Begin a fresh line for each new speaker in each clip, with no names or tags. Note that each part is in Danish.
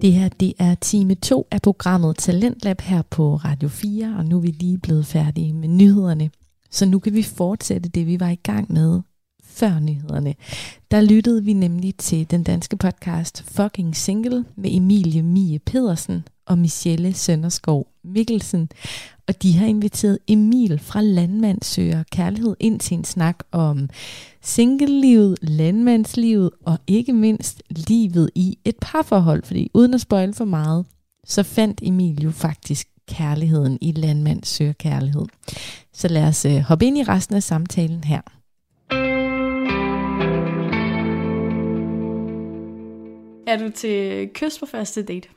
Det her det er time 2 af programmet Talentlab her på Radio 4, og nu er vi lige blevet færdige med nyhederne. Så nu kan vi fortsætte det, vi var i gang med før nyhederne. Der lyttede vi nemlig til den danske podcast Fucking Single med Emilie Mie Pedersen og Michelle Sønderskov Mikkelsen. Og de har inviteret Emil fra Landmand Søger Kærlighed ind til en snak om singlelivet, landmandslivet og ikke mindst livet i et parforhold. Fordi uden at spoil for meget, så fandt Emil jo faktisk kærligheden i Landmand Søger Kærlighed. Så lad os øh, hoppe ind i resten af samtalen her.
Er du til kys på første date?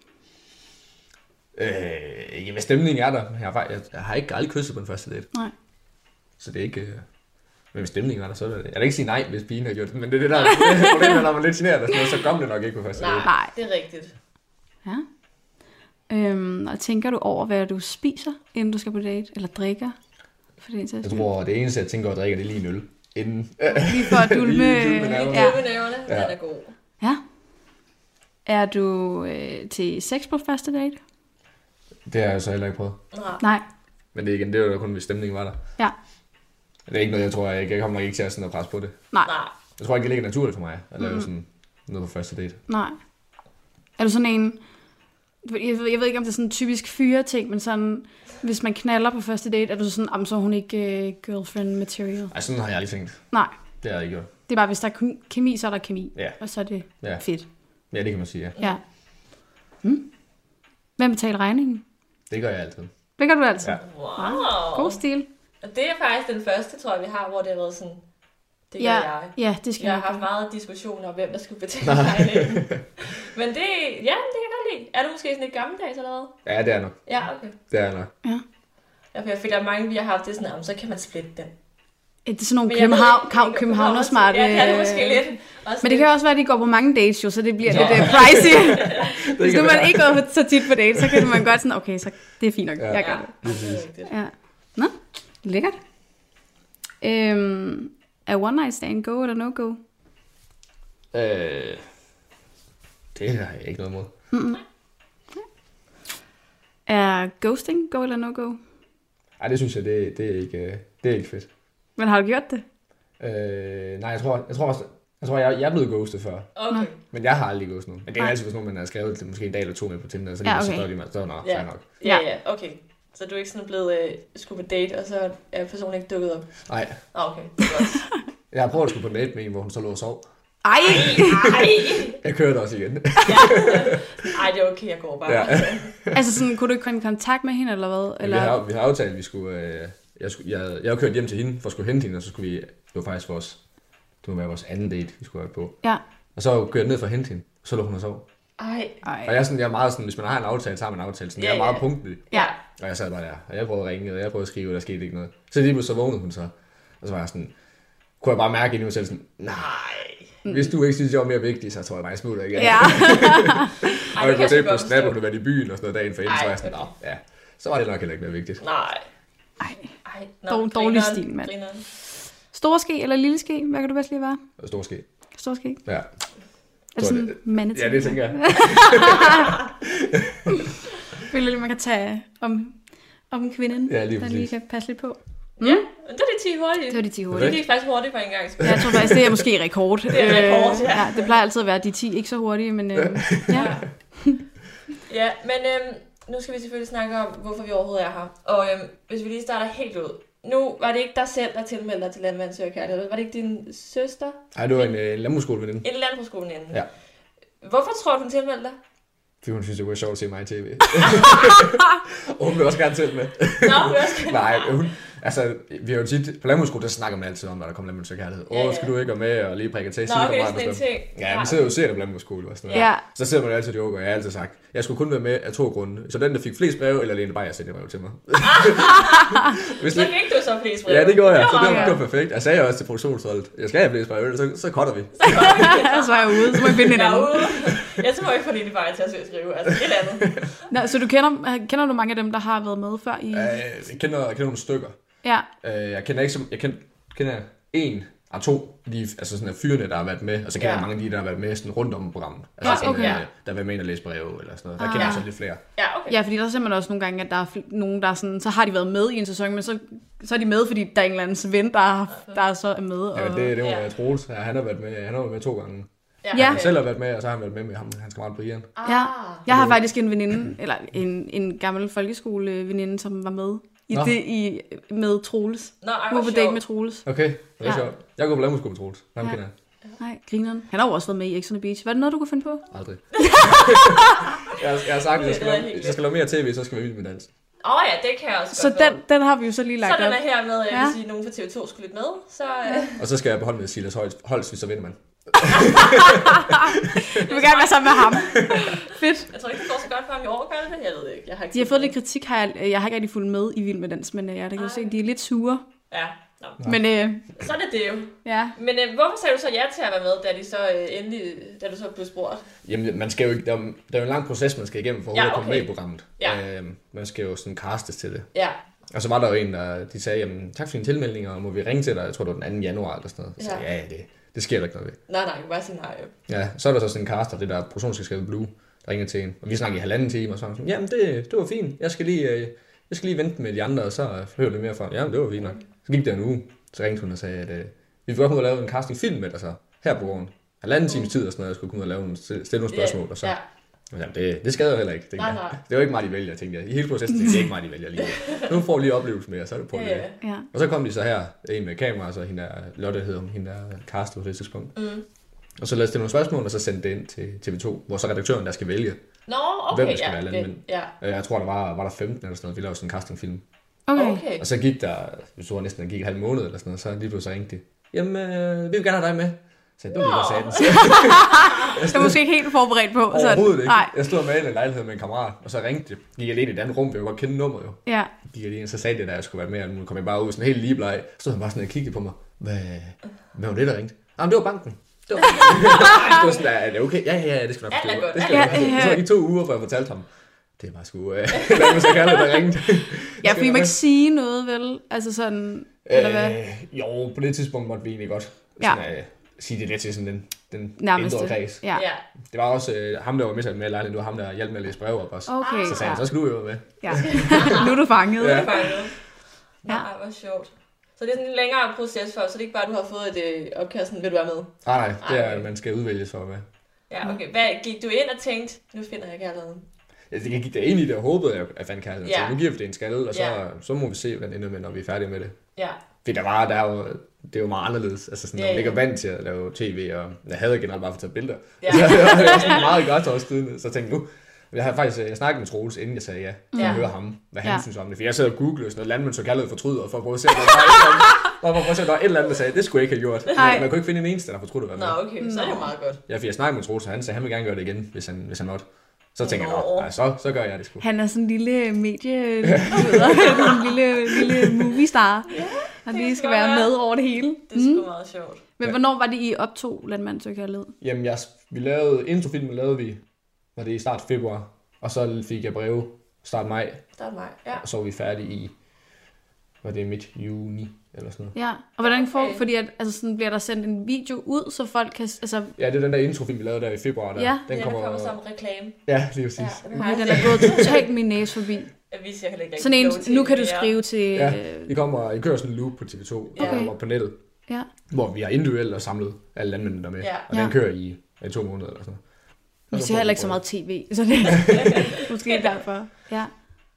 Øh, jamen, stemningen er der. Jeg har, fakt- jeg, jeg har ikke aldrig kysset på den første date,
Nej.
så det er ikke... Øh, men hvis stemningen er der, så er det... Jeg vil ikke sige nej, hvis pigen har gjort det, men det er det, der er problemet, når man er lidt generet, og sådan noget, så kom det nok ikke på første date.
Nej.
det er rigtigt.
Ja. Øhm, og tænker du over, hvad du spiser, inden du skal på date? Eller drikker? For det
Jeg tror, det eneste, jeg tænker at drikke, det er lige en øl. Inden.
Lige for at dulme...
Lige dulme nærmere.
ja.
Med næverne, ja. den er god.
ja. Er du øh, til sex på første date?
Det har jeg så heller ikke prøvet.
Nej.
Men det, er igen, det var jo kun, hvis stemningen var der.
Ja.
Det er ikke noget, jeg tror, jeg, jeg kommer nok ikke til at sådan at presse på det.
Nej.
Nej.
Jeg tror ikke, det ligger naturligt for mig at lave
Mhm.
sådan noget på første date.
Nej. Er du sådan en... Jeg ved, jeg ved ikke, om det er sådan en typisk fyre-ting, men sådan, hvis man knaller på første date, er du så sådan, "Jamen, så er hun ikke øh, girlfriend material.
Ej, sådan har jeg aldrig tænkt.
Nej,
Det har jeg ikke gjort.
det er bare, hvis der er kem- kemi, så er der kemi.
Ja.
Og så er det
Ja.
fedt.
ja, det kan man sige, ja.
Ja. Hmm. Hvem betaler regningen?
Det gør jeg altid.
Det gør du altid.
Ja.
Wow.
God stil.
Og det er faktisk den første, tror jeg, vi har, hvor det har været sådan, det gør
ja,
jeg.
ja, det skal
Jeg har
jeg
haft meget diskussion om, hvem der skulle betale regningen. Men det, ja, det kan jeg godt lide. Er du måske sådan lidt gammeldags eller hvad?
Ja, det er nok.
Ja, okay.
Det er nok.
Ja, for jeg føler, at mange vi har haft det sådan, om så kan man splitte den.
Ja, Det er sådan nogle
Men jeg ved
København,
ikke,
København, Københavner smarte.
Ja, det er det måske lidt. Også
Men det kan også være, at de går på mange dates jo, så det bliver
Nå.
lidt uh, pricey. Hvis nu
kan
man
være.
ikke går så tit på date, så kan man godt sådan, okay, så det er fint nok,
Ja.
jeg
ja,
gør det.
det er rigtigt.
Ja. Nå, lækkert. Øhm, er one night stand go eller no go?
Øh, det har jeg ikke noget imod.
Er ghosting go eller no go?
Ej, det synes jeg, det, det, er, ikke, øh, det er ikke fedt.
Men har du gjort det?
Øh, nej, jeg tror, jeg tror også, jeg tror, jeg, jeg er blevet ghostet før.
Okay.
Men jeg har aldrig ghostet nogen. Men det er
Nej.
altid, hvis nogen man har skrevet det, måske en dag eller to med på Tinder, så
Ja,
lige ja, okay. så
okay.
står de mig, så er nok,
Ja.
fair nok.
Ja, ja, okay. Så du er ikke sådan blevet øh, skulle på date, og så er personen ikke dukket op?
Nej,
Nå, okay. Det er godt.
jeg har prøvet at skulle på en date med en, hvor hun så lå og sov.
Ej!
Ej,
Jeg kørte også igen.
Ej, det er okay, jeg går bare.
ja.
altså sådan, kunne du ikke komme i kontakt med hende eller hvad?
Eller...
Eller?
Vi, har, vi har aftalt, at vi skulle... Øh, jeg, skulle jeg, jeg har kørt hjem til hende for at skulle hente hende, og så skulle vi... Det var faktisk vores... Det må være vores anden date, vi skulle have på.
Ja.
Og så kørte jeg ned for at hente hende, og så lå hun og sov.
Ej,
Ej.
Og jeg er, sådan, jeg er meget sådan, hvis man har en aftale, så har man en aftale. Sådan,
Ja,
jeg er
ja.
meget punktlig.
Ja.
Og jeg sad bare der, og jeg prøvede at ringe, og jeg prøvede at skrive, og der skete ikke noget. Så lige pludselig så vågnede hun så, og så var jeg sådan, kunne jeg bare mærke ind i mig selv sådan, nej, hvis du ikke synes, jeg var mere vigtig, så tror jeg bare, jeg smutter igen.
Ja.
og
det
jeg
kan
kunne
jeg
se
så
på
godt
snap,
forstå.
og du været i byen og sådan noget dagen for inden,
Ej,
så var jeg sådan, nå, ja, så var det nok heller ikke mere vigtigt.
nej.
Ej.
Ej, nå,
Dår- dårlig
grineren,
stil, mand.
grineren.
Store ske eller lille ske? Hvad kan du bedst lide være?
Og stor ske.
Stor ske?
Ja.
Er det
Tror jeg,
sådan mandeting?
ja, det tænker jeg.
Føler lidt, man kan tage om, om kvinden,
Ja, lige
der lige
præcis.
kan passe lidt på.
Ja, men det er de 10 hurtige.
Det var de 10
Det
hurtige.
Perfekt.
gik faktisk hurtigt for en gang.
Ja, jeg tror faktisk, det er måske rekord.
Det er rekord,
Øh,
ja.
ja. det plejer altid at være de 10 ikke så hurtige, men øh, ja.
Ja, men øhm, nu skal vi selvfølgelig snakke om, hvorfor vi overhovedet er her. Og øhm, hvis vi lige starter helt ud. Nu var det ikke dig selv, der tilmeldte dig til landmandsøgerkærlighed. Var det ikke din søster?
Ej, det var en øh, landbrugsskoleveninde,
En landbrugsskolen inden.
Ja.
Hvorfor tror du, hun tilmeldte dig?
fordi hun synes, det var sjovt at se mig i tv. og hun vil også gerne til med.
Nå, hun også kan...
Nej, hun, altså, vi har jo tit, på landbrugsskole, der snakker man altid om, når der kommer landbrugskærlighed. Åh,
Ja,
ja,
ja.
ja. skal du ikke være med og lige prikke til?
Nå,
sige,
okay,
der var
sådan en
bestemt.
ting.
Ja, vi sidder jo og ser det på landbrugsskole og sådan noget.
Ja.
Så sidder man jo altid og joker, og jeg har altid sagt, jeg skulle kun være med af to grunde. Så den, der fik flest breve, eller Lene Beyer sendte breve til mig. Hvis
Så
det,
fik du så flest breve.
ja, det gjorde jeg, så det var,
meget
det var perfekt. Jeg sagde også til produktionsholdet, jeg skal have flest breve, så, så cutter vi.
så er jeg ude, så må jeg finde en anden.
Derude. Jeg tror ikke, fordi det bare er til at søge at skrive. Altså, et eller andet.
Nå, så du kender, kender du mange af dem, der har været med før? I...
Øh, Jeg kender, jeg kender nogle stykker.
Ja,
Øh, Jeg kender ikke så, jeg kender, kender en, Ah, to, lige, altså sådan af fyrene, der har været med, og så kender
Ja.
jeg mange af de, der har været med sådan rundt om programmet. Altså
Ja,
sådan,
okay.
øh, der har været med ind og læse breve eller sådan noget. Der
Ah.
kender jeg
Ja.
så lidt flere.
Ja, okay.
Ja, fordi der er simpelthen også nogle gange, at der er fl- nogen, der er sådan, så har de været med i en sæson, men så, så er de med, fordi der er en eller andens ven, der, der så er med. Og...
Ja, men det, det må
Ja.
være Troels. Ja, han har været med, han har været med to gange.
Ja.
Han selv har været med, og så har han været med med ham, hans kammerat Brian.
Ja.
Ah.
Jeg har faktisk en veninde, eller en, en gammel folkeskoleveninde, som var med i
Nå.
det i, med Troels.
Nå, ej,
Hun var
hvor
på date
sjovt.
med Troels.
Okay, det er
Ja.
sjovt. Jeg går på lavmusko med Troels. Ham
Ja.
kender jeg
Nej, grineren. Han har jo også været med i X on the Beach. Var det noget, du kunne finde på?
aldrig. jeg, jeg har sagt, at jeg skal,
Det er
lave,
helt
hvis jeg skal lave mere tv, så skal jeg være vild med dans.
Åh oh, ja, det kan jeg også
Så
godt
den, den har vi jo så lige
være.
lagt
Så den
op.
er her med, ja.
Ja.
hvis I nogen fra TV2 skulle lidt med, så... øh, Ja.
Og så skal jeg beholde med Silas Holst- Holst, hvis så vinder man.
Du vil gerne være sammen med ham. Fedt.
Jeg tror ikke, det går så godt for ham i år, gør det det? Jeg ved det ikke. Jeg har ikke
De har fået lidt kritik, har jeg, jeg har ikke rigtig fulgt med i Vild Med Dans, men øh, jeg kan
Ej.
jo se, at de er lidt sure.
Ja, Nå.
Men øh,
så er det det jo.
ja,
Men øh, hvorfor sagde du så ja til at være med, da, de så, øh, endelig, da du så blev spurgt?
Jamen, man skal jo ikke, der, er, jo- der er jo en lang proces, man skal igennem for
Ja,
ja, okay. at komme
okay.
med i programmet.
Ja.
Øhm, man skal jo sådan castes til det.
Ja,
Og så var der jo en, der de sagde, jamen, tak for din tilmelding, og må vi ringe til dig, jeg tror det var den 2. januar eller sådan noget. Jeg sagde,
Ja.
ja, ja det, det sker der ikke noget ved.
nej, nej, bare sige nej. jo.
Ja, så er der så sådan en caster, det der produktionsselskabet Blue, der ringer til en. Og vi snakker i halvanden time, og så er han sådan, jamen det, det var fint, jeg skal lige, øh, jeg skal lige vente med de andre, og så øh, hører det mere fra. Jamen det var fint nok. Så gik der en uge, så ringte hun og sagde, at øh, vi vil godt ud og lave en castingfilm med dig så, her på gården. Halvanden times tid og sådan noget, jeg skulle komme ud og lave nogle, stille nogle spørgsmål, og så.
Mm. Ja.
Jamen, det, det skader jo heller ikke, tænkte
Nej,
jeg.
nej.
Det var ikke mig, de vælger, tænkte jeg. I hele processen tænkte jeg, det er ikke mig, de vælger lige. Nu får vi lige oplevelsen med, og så er det på
Ja,
det.
ja.
ja.
Og så kom de så her, en med kamera, så hende der, Lotte hedder hun, hende der castet på det tidspunkt. Mm. Og så lavede jeg stille nogle spørgsmål, og så sendte det ind til TV2, hvor så redaktøren der skal vælge.
Nå, okay,
Hvem skal
ja,
være
det-
landmænd?
Ja,
Øh, Jeg tror, der var, var der 15 eller sådan noget, vi lavede sådan en castingfilm.
Okay. okay.
okay.
Og så gik der, jeg tror næsten, der gik en halv måned eller sådan noget, så lige pludselig ringte de. Jamen, øh, vi vil gerne have dig med. Så jeg, det var lige, hvad sagde den.
Jeg er måske ikke helt forberedt på. sådan.
Overhovedet ikke.
Nej.
Jeg stod og malede en lejlighed med en kammerat, og så ringte de. Gik alene i et andet rum, vi kunne godt kende nummeret jo.
Ja.
gik jeg lige ind, så sagde det, at jeg skulle være med, og nu kom jeg bare ud sådan helt ligebleg. Så stod han bare sådan og kiggede på mig. Hvad, hvad var det, der ringte? Jamen, det var banken. Det var banken. det var sådan, "Er det okay? Ja, ja, ja, det skal du nok
Alt
forstå.
er godt.
Det skal du nok
Ja, ja,
forstå."
ja.
Så gik to uger, før jeg fortalte ham. Det var sgu, øh, hvad man så kalde det, der ringte.
ja, fordi man
være
ikke sige noget, vel? Altså sådan, eller hvad?
Øh, jo, på det tidspunkt måtte vi egentlig godt
Ja.
sådan, øh, sige det lidt til sådan den, den
Nærmeste.
indre kreds.
Ja.
Ja.
Det var også øh, ham, der var med sig med i lejligheden, det var ham, der hjalp med at læse brev op også.
Okay,
Så sagde
ja.
han, så skal du jo være med.
ja. nu er du fanget.
Ja.
Ja.
Ja.
Ja.
Ej, hvor sjovt. Så det er sådan en lidt længere proces for, så det er ikke bare, at du har fået et øh, opkast, sådan, vil du være med?
Nej, nej, det er,
Ej.
at man skal udvælges for at være med.
Ja, okay. Hvad, gik du ind og tænkte, nu finder jeg kærligheden?
Altså, det gik da ind i det, og håbede, at jeg fandt kærligheden.
Ja.
Ja. Så nu giver vi det en skalle, og så,
Ja.
ja. så må vi se, hvad den ender med, når vi er færdige med det.
Ja.
Fordi der var, der er jo, det er jo meget anderledes. Altså, sådan,
Ja,
når man ikke er
ja.
vant til at lave tv, og jeg havde generelt bare for at tage billeder.
Ja.
Ja. Så det var også sådan meget godt også Så tænkte jeg nu, jeg har faktisk øh, jeg snakkede med Troels, inden jeg sagde ja, for
Ja.
at høre ham, hvad han
Ja.
ja. synes om det. For jeg sad og googlede sådan noget, landmænd så kaldet fortryder, for at prøve at se, om der var et eller andet- for at prøve at se, om der var et eller andet, der sagde, det skulle jeg ikke have gjort.
Nej.
Man kunne ikke finde en eneste, der fortrød at være med.
Nå, okay. Så er det jo meget godt.
Ja, fordi jeg snakkede med Troels, og han sagde, han vil gerne gøre det igen, hvis han, hvis han måtte. Så tænker jeg,
Nå.
nå, nej, så, så gør jeg det sgu.
Han er sådan en lille medie... en lille, lille moviestar. Ja, han
det
lige
kan
skal
godt
være
være.
med over det hele.
Det er sgu meget sjovt.
Men
Ja.
hvornår var det, I optog Landmand Søger Kærlighed?
Jamen, jeg, vi lavede, introfilmen lavede vi, var det i start februar, og så fik jeg breve start maj,
Der er mig. Ja.
og så var vi færdige i, var det midt juni, eller sådan noget.
Ja, og hvordan får...
Okay.
Fordi at, altså sådan bliver der sendt en video ud, så folk kan... Altså,
Ja, det er den der introfilm, vi lavede der i februar. Der.
Ja,
Den
den
ja,
kommer,
der kommer som reklame.
Ja, lige
Ja,
præcis.
den har
okay,
jeg
den
set.
er gået totalt min næse forbi.
Jeg viser, jeg kan ikke
Sådan en,
rigtig love
nu
til
kan du
mere.
skrive til...
Ja,
øh,
det kommer, I kører sådan en loop på TV2,
Ja.
okay. og på nettet,
ja.
hvor vi har individuelt og samlet alle landmændene der med,
Ja.
og
Ja.
den kører i, i to måneder eller sådan noget.
Vi
Og
ser
får
heller ikke så
breve.
meget tv, så det er måske derfor. Ja.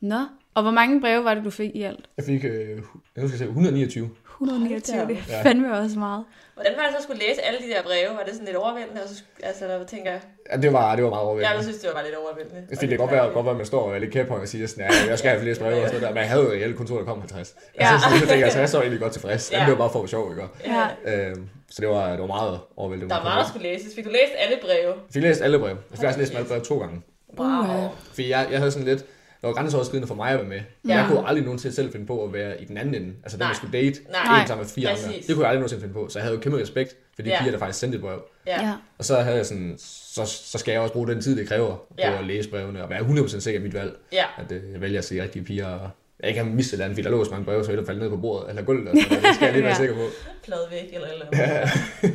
Nå, og hvor mange breve var det, du fik i alt?
Jeg fik, øh, jeg husker, 129.
129, det er
Ja.
fandme også meget.
Hvordan var det så at skulle læse alle de der breve? Var det sådan lidt overvældende? Og så, sk- altså, der tænker jeg,
Ja, det var, det var meget
jeg
overvældende.
synes, det var bare lidt overvældende.
Jeg fik det godt være, godt være, at man står og er lidt kæphøj og siger sådan, ja, jeg skal have flere spørgsmål og sådan noget der, men jeg havde jo reelt kun to, der kom 50. Ja. Altså, så, så tænkte jeg, så jeg så egentlig godt tilfreds.
Ja.
Ja. det var bare for sjov, ikke?
Ja.
Øhm, så det var, det var meget overvældende.
Der var meget, der skulle læses. Fik du læst alle breve?
Jeg fik læst alle brev. Jeg fik faktisk læst alle brev to gange.
Uha.
Fordi jeg, jeg havde sådan lidt, det var grænseoverskridende for mig at være med.
Ja.
Ja. Jeg kunne aldrig nogensinde selv finde på at være i den anden ende. Altså den,
Nej.
jeg skulle date,
Nej.
en sammen med fire andre.
Præcis.
Det kunne jeg aldrig nogensinde finde på. Så jeg havde jo kæmpe respekt for de
Ja.
piger, der faktisk sendte et brev.
Ja.
Ja.
Og så havde jeg sådan, så, så skal jeg også bruge den tid, det kræver på
Ja.
at læse brevene og være 100% sikker i mit valg.
Ja.
at øh, jeg vælger at se rigtige piger og Jeg ikke har mistet et eller andet, fordi der lå så mange breve, så jeg faldt ned på bordet eller gulvet. Altså, det skal jeg lige være
Ja.
sikker på.
Plade væk eller et eller andet.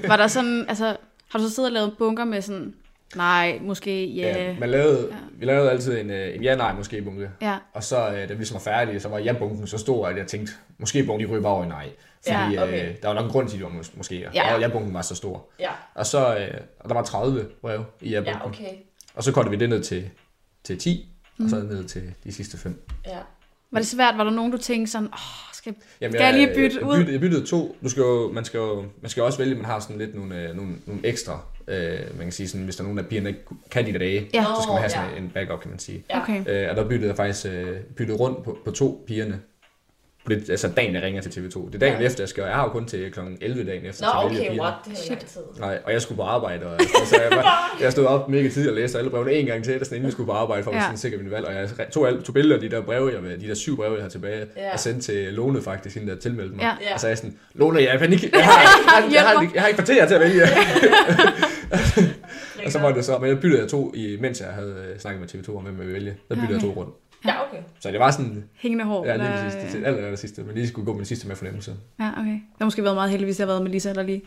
Var der sådan, altså, har du så siddet og lavet bunker med sådan, nej, måske, ja.
Ja,
Yeah.
man lavede,
Ja.
vi lavede altid en, øh, en ja-nej måske bunke.
Ja,
Og så, øh, da vi så var færdige, så var ja-bunken så stor, at jeg tænkte, måske bunken de ryger bare over i nej. Fordi
Ja, okay.
øh, der var nok en grund til, at de var mås- måske.
Ja.
Ja. Og ja-bunken var så stor.
Ja,
Og så øh, og der var 30 breve i ja-bunken.
ja, okay.
Og så kortede vi det ned til, til 10, mm. og så ned til de sidste 5.
Ja.
var det svært? Var der nogen, du tænkte sådan, åh, skal jeg...
Jamen,
Skal jeg lige bytte
jeg,
ud?
Jeg byttede, jeg byttede to. Du skal jo, man, skal jo, man skal jo også vælge, at man har sådan lidt nogle, øh, nogle, nogle ekstra. Øh, man kan sige sådan, hvis der er nogen af pigerne, der ikke kan de der dage,
Ja.
så skal man have
Nå,
sådan en backup, kan man sige.
Ja.
Okay.
Øh, og der byttede jeg faktisk øh, byttede rundt på, på to pigerne. På det, altså dagen, jeg ringer til TV2. Det er dagen
Ja.
ja. efter, jeg skal. Jeg har jo kun til kl. 11 dagen efter.
Nå,
til at vælge
okay,
pigerne.
what? Det har lang tid.
Nej, og jeg skulle på arbejde, og så jeg, var, jeg stod op mega tidligt og læste alle brevene en gang til, sådan, inden jeg skulle på arbejde, for at
Ja.
ja. sådan sikker min valg. Og jeg tog, alle, tog billeder af de der breve, jeg, vil- de der syv breve, jeg har tilbage,
Ja.
ja. og sendte til Lone faktisk, hende der tilmeldte mig.
Ja.
Ja.
Og så er jeg sådan, Lone, jeg er i panik. Jeg har, jeg, jeg, jeg, har, jeg, jeg har ikke kvarter til at vælge. og så var det så, men jeg byttede jeg to, i, mens jeg havde øh, snakket med TV2 om, hvem jeg ville vælge. Der byttede jeg to rundt.
Ja, okay.
Så det var sådan,
Hængende hår?
ja, lige
eller-
præcis, det til aller, aller sidste, men lige skulle gå med det sidste med fornemmelse.
Ja, okay. Det har måske været meget heldigt, hvis jeg har været med Lisa, der lige...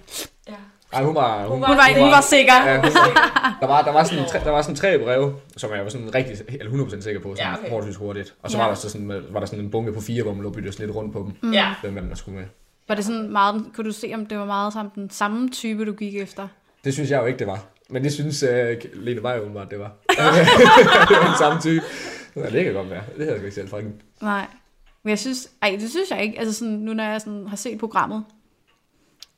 Ja.
Ej, hun var, hun,
Hun var, hun var sikker.
Ja, hun var- der var, der var, sådan, tre, der var sådan tre breve, som jeg var sådan rigtig, eller 100% sikker på, sådan
Ja,
ja,
okay.
okay. forholdsvis hurtigt. Og så
Ja.
ja. var, der så sådan, var der sådan en bunke på fire, hvor man lå og byttede sådan lidt rundt på dem,
Mm.
Ja.
hvem man skulle med.
Var det sådan meget... Kunne du se, om det var meget sammen den samme type, du gik efter?
Det synes jeg jo ikke, det var. Men det synes uh, Lene Vej åbenbart, det var. det var den samme type. Nå, det kan godt være. Det havde jeg sgu ikke selv fanget.
Nej. Men jeg synes... Ej, det synes jeg ikke. Altså sådan, nu når jeg sådan har set programmet,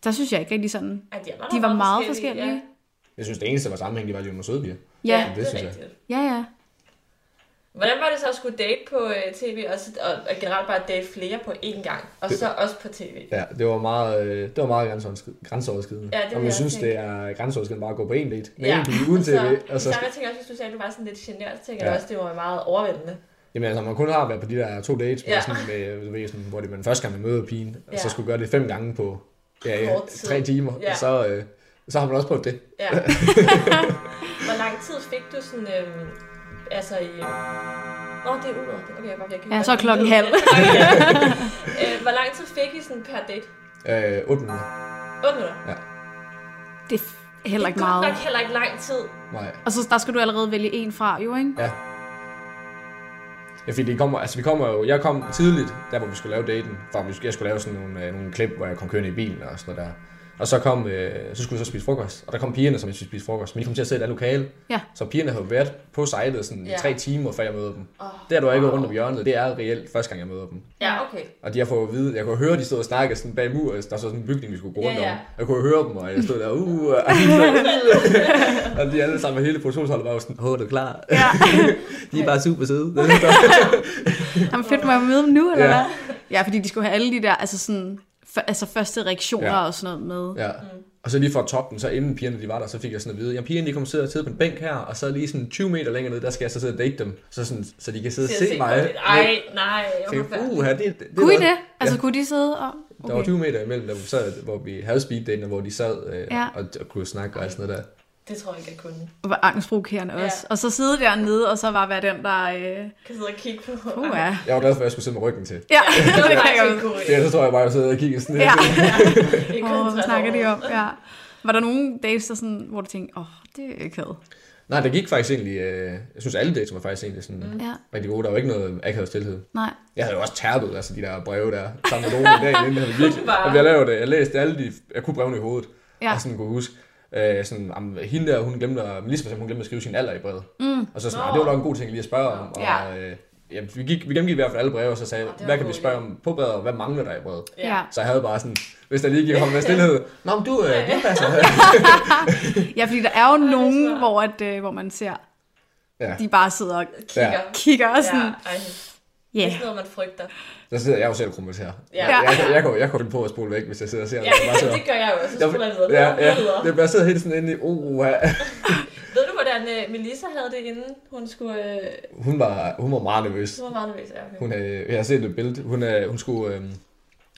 der synes jeg ikke rigtig sådan...
Ej, de,
De var meget forskellige.
Jeg synes, det eneste, der var sammenhæng, det var, at de var nogle søde piger.
Ja,
Ja,
ja
det
det,
synes
er
jeg.
rigtigt.
ja, ja.
Hvordan var det så at skulle date på øh, tv, og, så- og, og generelt bare date flere på én gang, og
Det-
så også på tv?
Ja, det var meget, øh, det var meget grænseoverskridende. grænseoverskridende.
Ja, det vil
og
jeg
jeg synes,
også
det er grænseoverskridende bare at gå på en date. Med ja. en pige uden tv.
Og
og så
så, så jeg tænker også, hvis du sagde, at du var sådan lidt generet, så tænker
Ja.
jeg også, at det var meget overvældende.
Jamen altså, man kun har været på de der to dates,
Ja.
ja. sådan med, øh, du ved, sådan, hvor det er den første gang, man møder pigen, og
Ja.
så skulle gøre det fem gange på ja, ja,
Kort tid.
tre timer,
Ja.
ja. så, øh, så har man også prøvet det.
Ja. Hvor lang tid fik du sådan, øhm, altså i... Nå, det er uret. Okay, jeg var væk.
Ja, så er klokken halv.
øh, hvor lang tid fik I sådan per date?
Øh, 8 minutter.
8 minutter?
Det er heller ikke
Det er godt
meget.
nok heller ikke lang tid.
Nej.
Og så der skal du allerede vælge en fra, jo, ikke?
Ja. Ja, fordi det kommer, altså vi kommer jo, jeg kom tidligt, der hvor vi skulle lave daten, for vi skulle- jeg skulle lave sådan nogle, øh, nogle klip, hvor jeg kom kørende i bilen og sådan noget der. Og så, kom, øh, så skulle vi så spise frokost, og der kom pigerne, som jeg skulle spise frokost, men de kom til at sidde i et andet lokale.
Ja.
Så pigerne har jo været på sejlet sådan
Ja.
i tre timer, før jeg møder dem.
Åh,
Der du er ikke
wow.
rundt om hjørnet, det er reelt første gang, jeg møder dem.
Ja, okay.
Og de har fået at vide, jeg kunne høre, de stod og snakkede sådan bag mur, der var så sådan en bygning, vi skulle gå rundt
Ja, ja.
om. Jeg kunne høre dem, og jeg stod der, uh, uh, uh, og de alle sammen, hele produktionsholdet var jo sådan, åh, du er klar.
Ja.
de er bare super søde.
Jamen fedt, må jeg møde dem nu, eller
Ja.
hvad? Ja, fordi de skulle have alle de der, altså sådan, f- altså første reaktioner
Ja.
og sådan noget med.
ja. Og så lige for at toppe den, så inden pigerne de var der, så fik jeg sådan at vide, jamen pigerne de kommer sidde og sidde på en bænk her, og så lige sådan 20 meter længere ned, der skal jeg så sidde og date dem, så, sådan, så de kan sidde og se mig.
Ej, nej. Jeg
Jeg tænkte,
var
uh, det, det, det,
Kunne I
var-
det? Altså, kunne de sidde og...
Der var 20 meter imellem, der, vi sad, hvor vi havde speeddaten, og hvor de sad øh,
Ja.
og, og, kunne snakke og alt sådan noget der.
det tror jeg ikke, jeg kunne.
Og var angstprovokerende også.
Ja.
Og så sidde dernede, og så bare være den, der... Øh,
Kan sidde og kigge på.
uh, ja.
Jeg var glad for, at jeg skulle sidde med ryggen til.
ja,
Det
det
var
kan jeg
faktisk en
godt.
god idé.
Ja, så tror jeg bare, at jeg sidder og kigger sådan her.
Ja,
Ikke kun
og hvad
træt
snakker de
over.
om? Ja. Var der nogen dates, der sådan, hvor du tænkte, åh, oh, det er ikke
Nej, det gik faktisk egentlig... Øh, jeg synes, alle dates var faktisk egentlig sådan mm.
Ja,
rigtig gode. Der var ikke noget akavet stillhed.
nej.
Jeg havde jo også tærpet altså, de der breve der, sammen med nogen dagen inden. Jeg, havde virkelig,
Bare-
jeg, jeg lavede det. Jeg læste alle de... Jeg kunne brevene i hovedet.
Ja.
Ja. Og sådan kunne huske. Øh, sådan, om, hende der, hun glemte at, Lisbeth, hun glemte at skrive sin alder i brevet.
Mm.
Og så sådan,
Nå.
"Ah, det var nok en god ting lige at spørge om. Og,
Ja.
øh, ja, vi, gik, vi gennemgik i hvert fald alle breve, og så sagde,
det var
hvad
en
kan vi
god
spørge om på brevet, og hvad mangler der i brevet?
Ja.
Så jeg havde bare sådan, hvis der lige gik om med stillhed. Nå, men du, øh, du passer.
ja, fordi der er jo
er
nogen,
svært.
hvor, at, øh, hvor man ser,
Ja.
de bare sidder og
Kigger.
kigger og sådan,
Ja, ej. Det
ja,
er sådan noget, man frygter.
Der sidder jeg jo selv krummet her.
Ja.
Ja. Jeg, jeg, jeg, kunne, jeg kunne finde på at spole væk, hvis jeg sidder og ser
Ja,
det. Bare sidder-
det gør jeg jo, så skulle jeg videre.
altså- ja, ja,
videre.
det bare sidder helt sådan inde i, oh, uh,
Ved du, hvordan øh, Melissa havde det, inden hun skulle... Øh,
hun, var, hun var meget nervøs.
hun var meget nervøs. Ja, okay.
Hun, øh, jeg har set et billede. Hun, øh, hun, skulle, øh,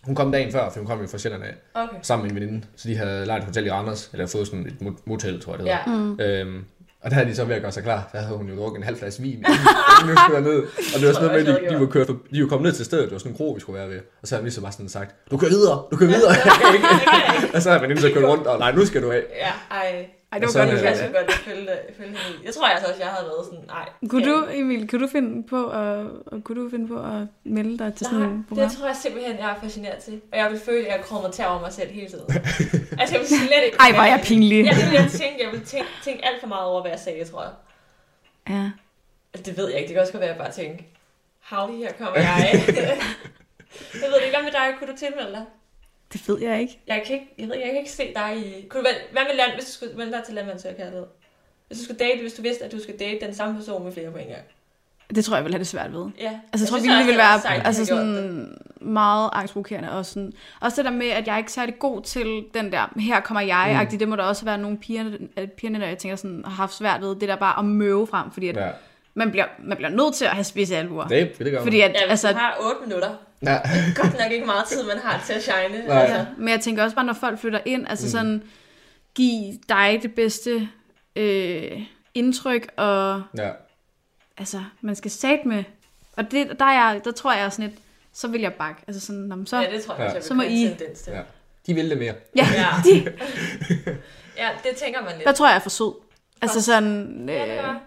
hun kom dagen før, for hun kom jo fra Sjælland af,
okay.
sammen med en veninde. Så de havde lejet et hotel i Randers, eller fået sådan et mot- motel, tror jeg det
Ja.
hedder. Ja. Øhm, Og der havde de så ved at gøre sig klar. Der havde hun jo drukket en halv flaske vin, inden hun skulle ned. Og det var sådan noget med, at de, de, var kørt, for- de var kommet ned til stedet. Det var sådan en kro, vi skulle være ved. Og så havde han lige så bare sådan sagt, du kører videre, du kører videre. og så havde man så kørt rundt, og nej, nu skal du af.
Ja, ej.
Ej,
Og
det var
så,
godt,
Jeg
du
øh,
kan
gjorde
så godt følge, følge hende i. Jeg tror altså også, jeg havde været sådan, nej.
det. Kunne du, Emil, kunne du finde på at, og kunne du finde på at melde dig til sådan
Nej,
en program?
det tror jeg simpelthen, jeg er fascineret til. Og jeg vil føle, at jeg krummer tær over mig selv hele tiden. altså, jeg vil slet ikke...
Ej, hvor er jeg pinlig.
Jeg ville jeg tænke, jeg ville tænke, tænke alt for meget over, hvad jeg sagde, tror jeg.
Ja.
Altså, det ved jeg ikke. Det kan også godt være, at jeg bare tænker, Havli, her kommer jeg. jeg ved det ikke, hvad med dig? Kunne du tilmelde dig?
Det ved jeg ikke.
Jeg kan ikke, jeg ved, jeg kan ikke se dig i... Kunne du vælge, hvad med land, hvis du skulle melde dig til landmandsøgerkærlighed? Hvis du skulle date, hvis du vidste, at du skulle date den samme person med flere på en gang.
Det tror jeg, jeg ville have det svært ved.
Ja.
Altså, jeg tror virkelig,
synes også,
det ville
er
være
sejt, at
altså,
have gjort det.
sådan, meget angstprovokerende. Og sådan, også det der med, at jeg er ikke særlig god til den der, her kommer jeg mm. Det må der også være nogle piger, at pigerne, der jeg tænker, sådan, har haft svært ved. Det der bare at møve frem, fordi at ja.
Ja,
man, bliver, man bliver nødt til at have spidse albuer.
det, det gør man.
Fordi at,
Ja, hvis altså,
altså,
du har 8 minutter.
Ja.
Godt nok ikke meget tid, man har til at shine.
Nej.
Altså,
Men jeg tænker også bare, når folk flytter ind, altså mm. sådan, giv dig det bedste øh, indtryk, og
ja.
altså, man skal sat med. Og det, der, er, der tror jeg sådan lidt, så vil jeg bakke. Altså sådan, nå, men så,
ja, det tror jeg,
Ja.
ja.
Så må I-
Tendens til.
Ja. De vil det mere.
ja,
Ja.
de,
ja, det tænker man lidt.
der tror jeg, jeg er for sød. Altså sådan,
Ja, det
øh,
var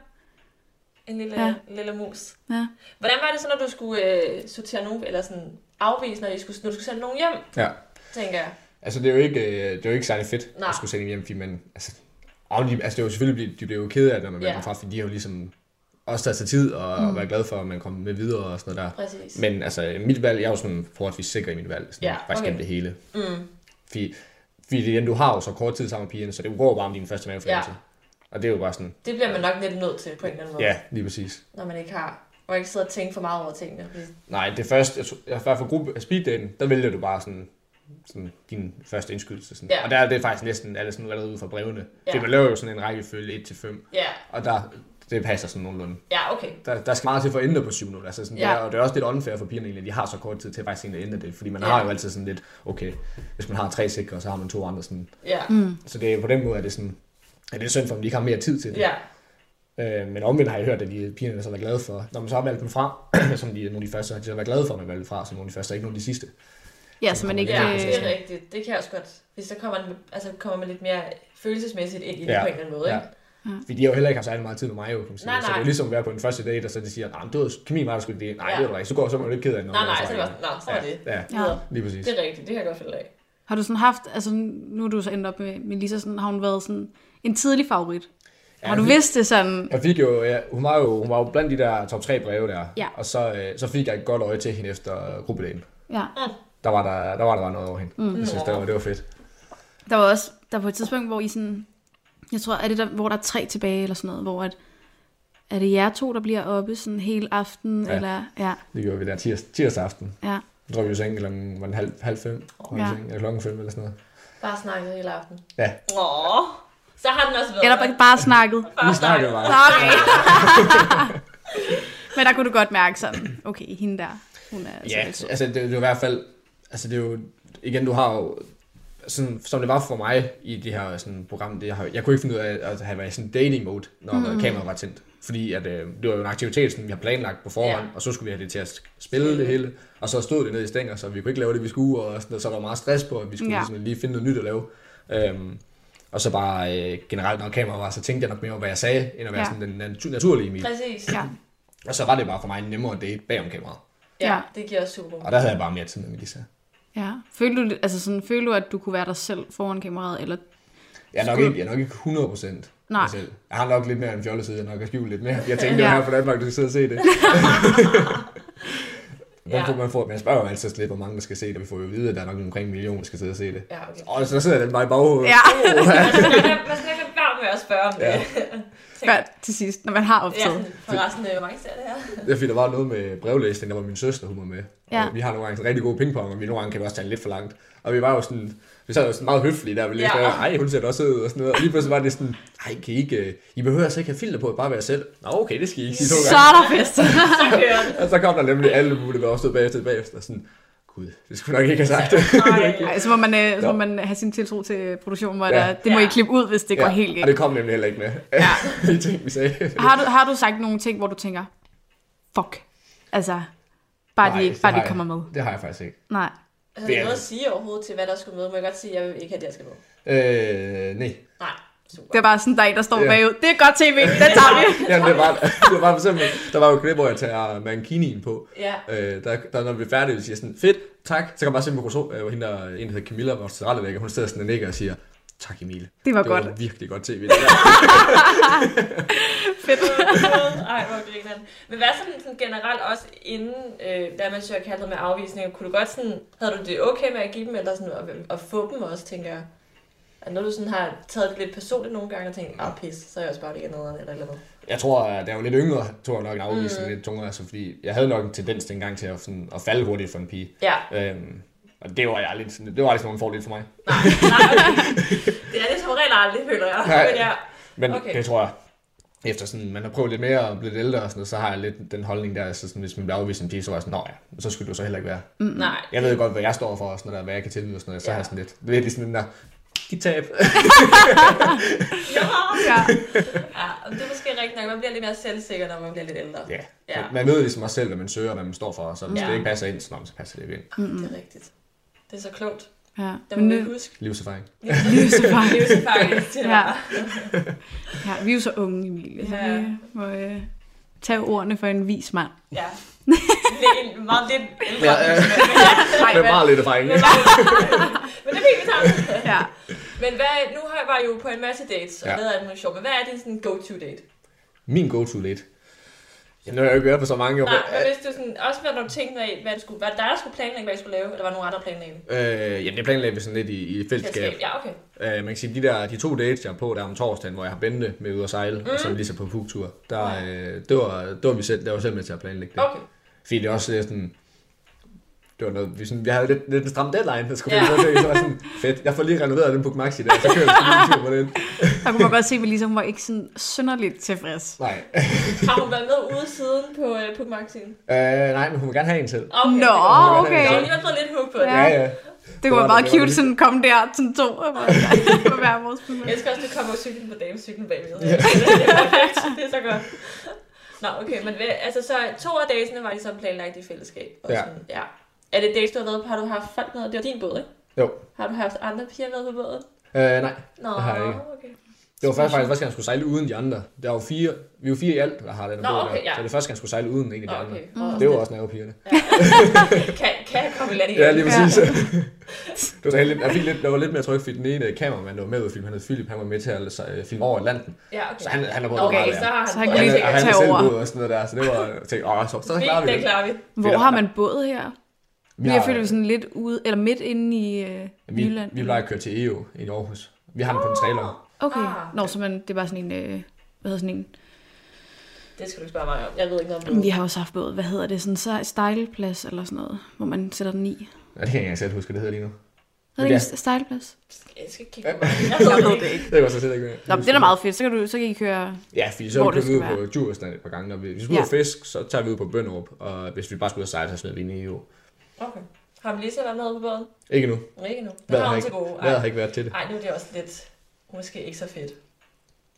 en lille,
Ja.
ja. lille mus.
ja.
Hvordan var det så, når du skulle øh, sortere nogen, eller sådan afvise, når, I skulle, når du skulle sende nogen hjem,
Ja.
tænker jeg.
Altså, det er jo ikke, øh, det er jo ikke særlig fedt
Nej.
at skulle sende hjem, fordi man... Altså, og de, altså det er jo selvfølgelig, de, de bliver jo ked af, det, når man
Ja.
vender yeah. fra, fordi de har jo ligesom også taget sig tid og, mm. og været glad for, at man kom med videre og sådan noget der.
Præcis.
Men altså, mit valg, jeg er jo sådan forholdsvis sikker i mit valg. Sådan,
Ja,
yeah, faktisk
okay.
gennem det hele.
Mm.
Fordi, fordi det, er den, du har jo så kort tid sammen med pigerne, så det går bare om din første mavefornemmelse.
Ja.
Og det er jo bare sådan,
Det bliver man nok lidt nødt til på en eller anden måde,
ja, lige præcis.
når man ikke har og ikke sidder og tænker for meget over tingene. fordi
Nej, det første, jeg tror- i hvert fald gruppe speeddaten, der vælger du bare sådan, sådan din første indskydelse. Sådan.
Ja.
Og der er det faktisk næsten alle sådan allerede ud fra brevene.
Ja.
Ja. Det man laver jo sådan en rækkefølge 1-5,
Ja,
og der, det passer sådan nogenlunde.
ja okay.
Der, der skal meget til for at ændre på 7 minutter. Altså sådan,
Ja.
ja. det er, og det er også lidt unfair for pigerne egentlig, at de har så kort tid til faktisk egentlig at ændre det. Fordi man
Ja.
ja. har jo altid sådan lidt, okay, hvis man har tre sikre, så har man to andre. Sådan.
Ja,
Så det er på den måde, er det sådan, at det er synd for dem, de ikke har mere tid til det.
ja.
Øh, men omvendt har jeg hørt, at de pigerne så var glade for, når man så har valgt dem fra, som de, nogle af de første, har de så været glade for, at man valgte fra, som nogle af de første, og ikke nogle af de sidste.
ja, så man ikke...
Ja, det
Øh,
er rigtigt. Det kan jeg også godt. Hvis der kommer, en- altså, kommer man lidt mere følelsesmæssigt ind i det
Ja.
på en eller anden måde.
Ja.
Ikke?
Fordi de har jo heller ikke haft særlig meget tid med mig, jo, kan man sige.
Nej,
så det er
nej.
jo ligesom at være på en første date, og så de siger, nej, du er kemi var der sgu ikke det. Nej,
Ja.
det var der ikke. Så går så er man jo lidt ked af det. når
Nej,
man
nej,
er
så er det bare, nå, så er
ja,
det.
Ja,
Ja.
lige præcis.
Det er rigtigt, det kan jeg godt følge af.
har du sådan haft... Altså, nu er du så endt op med, med Lisa, sådan, har hun været sådan en tidlig favorit?
Ja,
har du
vi-
vidst det sådan...
Jeg fik jo, ja, hun, var jo, hun var jo blandt de der top 3 breve der,
Ja.
og så, øh, så fik jeg et godt øje til hende efter gruppedagen.
Ja.
Der var der, der, var der bare noget over hende. Mm. Jeg synes, det var, det var fedt.
Der var også, der var på et tidspunkt, hvor I sådan, jeg tror, er det der, hvor der er tre tilbage eller sådan noget, hvor at, er det jer to, der bliver oppe sådan hele aften, ja.
Ja.
eller, ja,
Det gjorde vi der tirs, tirsdag aften.
ja.
Så drog vi jo i seng klokken var den halv, halv fem, oh,
Ja.
ja. eller klokken fem eller sådan noget.
Bare snakket hele aften.
Ja,
Åh, så har den også været.
Eller bare- bare snakket.
vi snakkede
Nå,
bare.
Okay. Men der kunne du godt mærke sådan, okay, hende der, hun er altså
Ja,
lidt sød.
altså det, det er jo i hvert fald, altså det er jo, igen, du har jo, sådan, som det var for mig i det her sådan, program, det, jeg, har, jeg kunne ikke finde ud af at have været i sådan dating mode, når
Mm-hmm.
mm. kameraet var tændt. Fordi at, øh, det var jo en aktivitet, som vi har planlagt på forhånd,
Ja.
og så skulle vi have det til at spille det hele. Og så stod det nede i stænger, så vi kunne ikke lave det, vi skulle, og sådan, noget, så var der meget stress på, at vi skulle
Ja.
ja. ligesom, lige finde noget nyt at lave. Øhm, og så bare øh, generelt, når kameraet var, så tænkte jeg nok mere over, hvad jeg sagde, end at være
Ja.
ja. sådan den nat- naturlige Emil.
Præcis.
Ja.
Og så var det bare for mig nemmere at date bagom kameraet.
ja.
Ja.
det giver også super.
Og der havde jeg bare mere tid med Melissa.
ja. Følte du, altså sådan, følte du, at du kunne være dig selv foran kameraet, eller
Jeg er nok ikke, jeg er nok ikke 100 procent
Nej.
mig selv. Jeg har nok lidt mere en fjolleside, jeg nok har skjult lidt mere. Jeg tænkte,
Ja.
ja. her på Danmark, du skal sidde og se det. Man,
Ja.
får, man, får, man spørger jo altid lidt, hvor mange der skal se det. Vi får jo at vide, at der er nok omkring en million, der skal sidde og se det.
Ja, okay.
Og så sidder den bare i baghovedet.
Ja.
Oh, ja.
Man skal lade- man skal ikke lade være med at spørge om det.
Ja.
før til sidst, når man har
Ja,
optaget?
forresten, øh, hvor mange ser det her?
Det er fordi, der var noget med brevlæsning, der var min søster, hun var med.
Ja.
Og vi har nogle gange sådan rigtig gode pingpong, og vi nogle gange kan vi også tage den lidt for langt. Og vi var jo sådan, vi sad jo sådan meget høflige der, vi lige
Ja.
ja. ej, hun ser da også ud og sådan noget. Og lige pludselig var det sådan, ej, kan I ikke, øh, I behøver altså ikke have filter på, bare være selv. Nå, okay, det skal I ikke sige to
Så
gange.
er der fest.
Så kører den.
Og så kom der nemlig alle mulige, der også stod bagefter, bagefter sådan, Gud, det skulle jeg nok ikke have sagt.
Nej,
Ej, så må man, øh, så må
Nå.
man have sin tiltro til produktionen, hvor
Ja.
ja. der, det må
Ja.
I klippe ud, hvis det ja. går helt
Og
galt.
det kom nemlig heller ikke med.
Ja.
de ting, vi sagde.
Har du, har du sagt nogle ting, hvor du tænker, fuck, altså, bare
Nej,
de, ikke,
det
bare
har
de
jeg-
kommer med?
Det har jeg faktisk ikke.
Nej.
Det
Altså, det
er-
er noget at sige overhovedet til, hvad der skulle med. Må jeg godt sige, at jeg vil ikke have, at jeg skal med.
Øh, nej.
Nej, super.
Det er bare sådan, der er en, der står
Ja.
bagud. Det er godt tv, den tager vi.
Jamen, det var, det var for eksempel, der var jo et klip, hvor jeg tager mankinien på.
Ja.
Øh, der, der, når vi er færdige, vi siger sådan, fedt, tak. Så kan man bare se på Kosovo, øh, hvor hende der, en der hedder Camilla, vores tilrettelægger, hun sidder sådan og nikker og siger, tak Emil.
Det var
det
godt.
Var virkelig godt tv. det der."
Fedt.
Øh.
Ej, hvor grineren. Men hvad sådan, sådan generelt også inden, øh, da man søger kærlighed med afvisninger, kunne du godt sådan, havde du det okay med at give dem, eller sådan, at, at få dem også, tænker jeg? Er noget, du sådan har taget det lidt personligt nogle gange og tænkt, ah, pis, så er jeg også bare ikke noget eller et eller andet.
jeg tror, at da jeg var lidt yngre, tog jeg nok en afvisning mm. lidt tungere, altså, fordi jeg havde nok en tendens dengang til at, sådan, at falde hurtigt for en pige.
Ja,
Øhm, og det var jeg aldrig, sådan- det var aldrig sådan nogen fordel for mig.
nej, nej. det er det som regel aldrig, føler jeg.
Nej.
Men ja,
Men
Okay.
okay. det tror jeg, efter sådan, man har prøvet lidt mere og blevet lidt ældre og sådan noget, så har jeg lidt den holdning der, altså sådan, hvis man bliver afvist af en pige, så var jeg sådan, nå ja, så skulle du så heller ikke være.
nej.
Jeg ved godt, hvad jeg står for og sådan noget der, hvad jeg kan tilbyde og sådan noget, så
Ja.
har jeg sådan lidt, lidt ligesom den der, de tab.
Ja.
Ja.
ja, og det er måske rigtigt nok. Man bliver lidt mere selvsikker, når man bliver lidt ældre.
ja.
Ja.
Man- Man ved ligesom også selv, hvad man søger og hvad man står for, og så hvis
Ja.
ja. det ikke passer ind, så, nå, så passer det ikke ind.
Mm. Det er rigtigt. Det er så klogt.
ja.
Det må
Men
vi
nu,
huske.
Livserfaring.
livserfaring.
Livsfarligt til
Ja.
ja.
øh, ja, vi er jo så unge, Emilie, så
Ja.
vi må øh, tage ordene for en vis mand.
ja. Lidt, meget lidt ældre.
Ja, ja.
Ja, ja.
Nej,
Det er meget lidt erfaring. ikke?
Men det fik vi sammen.
Ja.
Men hvad, nu har jeg bare jo på en masse dates, og
Ja.
ja. lavet alt muligt sjovt. Men hvad er din sådan go-to date?
Min go-to date. Ja, nu har jeg jo ikke været på så mange år.
Nej, men hvis du sådan, også hvad du tænkte dig, hvad, du skulle, var det dig, der skulle planlægge, hvad I skulle lave, eller var der nogen andre der planlagde? det?
Øh, jamen, det planlagde vi sådan lidt i, i fællesskab.
Selskab. Ja, okay.
Øh, man kan sige, de, der, de to dates, jeg er på der om torsdagen, hvor jeg har Bente med ud at sejle, mm. og så er vi lige så på fugtur, der, øh, det, var, det var vi selv, der var selv med til at planlægge det.
Okay.
Fordi det er også lidt sådan, det var noget, vi, sådan, vi havde lidt, lidt en stram deadline, der skulle
Ja.
yeah. det, så var jeg sådan, fedt, jeg får lige renoveret den på Maxi der, så kører vi sådan en tur på den.
Der kunne man godt se, at Melissa hun var ikke sådan synderligt tilfreds.
Nej,
Har hun været med ude siden på, øh, på magasin?
øh, nej, men hun vil gerne have en selv.
Okay.
Nå,
det-
okay.
Jeg har alligevel fået lidt hook på det.
Ja.
Ja, ja.
Det kunne
var
være meget
det, det
cute,
var det.
sådan komme der, sådan to, og bare- på hver vores
Jeg
planet.
elsker også, at du kommer og cyklen på damecyklen bagved. Ja. det er perfekt. Det er så godt. Nå, okay, men hvad, altså så to af dagesene var ligesom planlagt i fællesskab. Og
Ja.
Sådan, ja. Er det dates, du har været på? Har du haft folk med? Det var din båd, ikke?
Jo.
Har du haft andre piger med på båden?
Øh, nej,
Nå,
Det har jeg ikke.
okay.
det var faktisk, faktisk første gang, jeg skulle sejle uden de andre. Der var fire, vi var fire i alt, der har den
Nå,
her båd
okay,
der.
ja.
Så det er første gang, jeg skulle sejle uden en af
Nå,
de andre.
okay. Mm.
Det var også nervepigerne.
Kan, kan jeg komme i land igen?
Ja, lige
Ja.
præcis. det var så heldigt. Jeg, fik lidt, jeg var lidt mere tryg, fordi den ene kameramand, der var med ud at filme, han hed Philip, han var med til at så, øh, filme over Atlanten.
Ja, okay.
Så han, han har både
Okay,
meget
så har han,
Så han
Og
kan
han,
lige
sikkert-
og han
tage
er selv
over.
boet og sådan noget der, så det var, jeg tænkte, åh, så, så klarer vi
Fint,
det.
det klarer vi.
Hvor har man båd her? Vi har
har-
følt sådan lidt ude, eller midt inde i øh,
Vi,
Jylland.
vi plejer at køre til EU i Aarhus. Vi har den på en trailer.
Okay,
Ah.
Nå, så man, det er bare sådan en, øh, hvad hedder sådan en,
Det skal du ikke spørge mig om. Jeg ved ikke noget om
Jamen, vi
det.
har også haft båd, hvad hedder det, sådan så styleplads eller sådan noget, hvor man sætter den i. Hedder
Ja, det kan jeg ikke engang selv huske, hvad det hedder lige nu.
det
Men
ikke
ja.
en styleplads?
Jeg skal ikke kigge på mig. Jeg ved det ikke.
Det var så selv ikke.
Nå, men det er da meget fedt, så kan, du, så kan I køre...
Ja, fordi så
Hvor
kører
det
vi ud
skal
på Djursland et par gange. Når vi, hvis vi skulle ud og fisk, så tager vi ud på Bønderup. Og hvis vi bare skulle ud og sejle, så smider vi ind i EU.
Okay. Har Melissa været med på båden?
Ikke nu.
Ikke nu. Det
Hvad
har
har
hun
ikke,
til gode.
vejret
Ej.
har ikke været til det.
Ej, nu er det også lidt, måske ikke så fedt.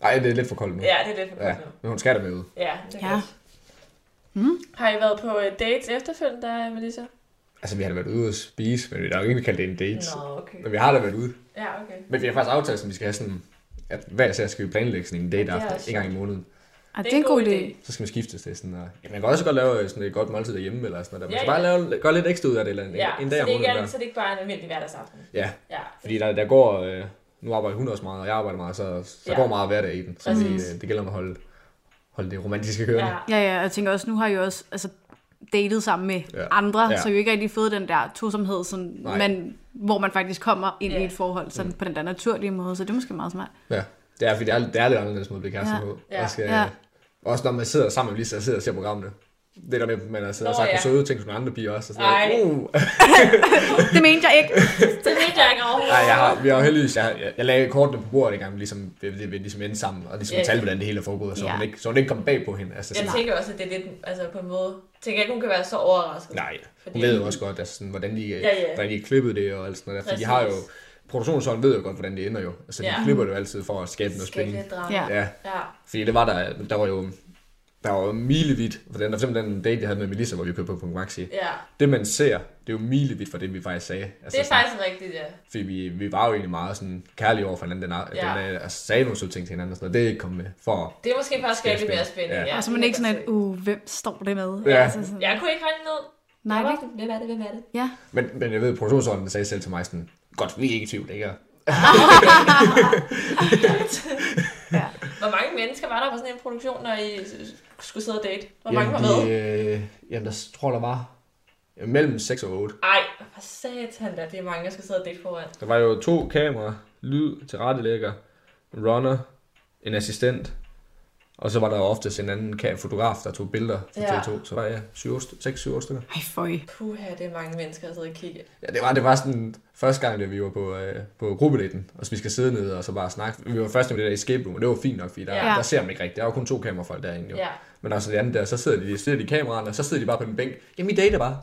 Nej, det er lidt for koldt nu.
Ja, det er lidt for
Ja,
godt nu.
men hun skal der med ud.
Ja, det er
Ja.
ja. Mm. Har I været på øh, dates efterfølgende, Melissa?
Altså, vi har da været ude og spise, men vi har jo ikke kaldt det en date.
Nå, okay.
Men vi har da været ude.
Ja, okay.
Men vi har faktisk aftalt, at vi skal have sådan, at hver især skal vi planlægge sådan en date
Ja, det er
aften,
også
en gang i måneden.
Ej, det er en god idé.
Så skal man skiftes til sådan, og, ja, man kan også godt lave øh, sådan et godt måltid derhjemme, eller sådan noget. Man
Ja,
skal bare lave, gøre lidt ekstra ud af det, eller en,
Ja,
en dag
så,
om
det ikke
måneden.
er,
Der.
så det er ikke bare en almindelig hverdagsaften.
Ja,
Ja,
fordi der, der går, øh, nu arbejder hun også meget, og jeg arbejder meget, så, så der
Ja.
går meget hverdag i den. Så det,
Præcis.
øh, det gælder om at holde, holde det romantiske kørende.
ja.
Ja, ja, jeg tænker også, nu har I jo også altså, datet sammen med ja.
Ja.
andre, ja.
Ja.
så I jo ikke rigtig fået den der tosomhed, sådan,
Nej.
man, hvor man faktisk kommer ind ja. i
Ja.
et forhold sådan, mm. på den der naturlige måde, så det er måske meget smart.
Ja, det er, fordi det er, det er lidt anderledes måde at blive kærester
Ja.
ja. på.
Ja.
Og skal,
Ja.
ja. Også når man sidder sammen lige så sidder og ser programmene. Det der med, at man har siddet og
Nå,
sagt ja.
ja.
søde ting til nogle andre piger også. Og
Ej.
sådan noget. Uh.
Det mente jeg ikke.
Det ved jeg ikke overhovedet.
Ej, jeg har, vi har jo heldigvis, jeg, jeg, jeg lagde kortene på bordet engang, ligesom, vi, vi, vi ligesom endte sammen, og ligesom
Ja.
yeah. talte, hvordan det hele er foregået, så,
Ja.
yeah. hun ikke, så hun ikke kom bag på hende. Altså,
Jeg
sådan,
tænker også, at det er lidt altså, på en måde tænker ikke, hun kan være så overrasket.
Nej, hun
Fordi-
ved jo også godt, altså, sådan, hvordan, de, ja,
ja.
ja. hvordan de klippede det og alt sådan noget. der, Fordi de har jo,
Præcis.
produktionsholdet ved jo godt, hvordan det ender jo. Altså, de
Ja.
ja. klipper det jo altid for at skabe noget
Skal
spænding.
lidt drama.
Ja.
Ja,
ja.
fordi det var der, der var jo der var jo milevidt, for den, der for eksempel den date, jeg havde med Melissa, hvor vi købte på Punkt Maxi.
ja.
Det man ser, det er jo milevidt fra det, vi faktisk sagde. Altså,
Det er
sådan-
faktisk rigtigt, ja.
Fordi vi, vi var jo egentlig meget sådan kærlige over for hinanden, den, ja. den, øh, altså, sagde nogle søde ting til hinanden og sådan noget. Det er ikke kommet med for.
Det er måske faktisk
Skal
lidt mere
spændende.
spændende.
Ja.
Ja.
Og så er man ikke sådan, at, uh, hvem står det med? Altså,
Ja.
sådan,
Jeg kunne ikke holde ned.
nej, det,
rigtigt. Hvem er det? Hvem er det?
ja.
Men, men jeg ved, at produktionsholdet sagde selv til mig sådan, godt, vi er ikke i tvivl, ikke?
ja.
Hvor mange mennesker var der på sådan en produktion, når I s- skulle sidde og date? Hvor mange
Jamen,
var med?
de, øh, jamen, der tror der var mellem 6 og 8.
Ej, for satan da, det er mange, der skal sidde og date foran.
Der var jo to kameraer, lyd, tilrettelægger, en runner, en assistent, og så var der jo oftest en anden ka- fotograf, der tog billeder til
Ja.
TV2. Så var jeg 6-7 stykker.
Ej, føj.
Puha, det er mange mennesker, der sidder og kigger.
Ja, det var, det var sådan første gang, da vi var på, øh, på gruppedelen, og så vi skal sidde ned og så bare snakke. Vi var først med det der escape room, og det var fint nok, fordi der,
Ja.
ja. der ser man ikke rigtigt. Der var kun to kamerafolk derinde jo. Ja.
Ja.
Men altså det andet der, så sidder de, sidder de i kameraerne, og så sidder de bare på den bænk. Jamen, I dater bare.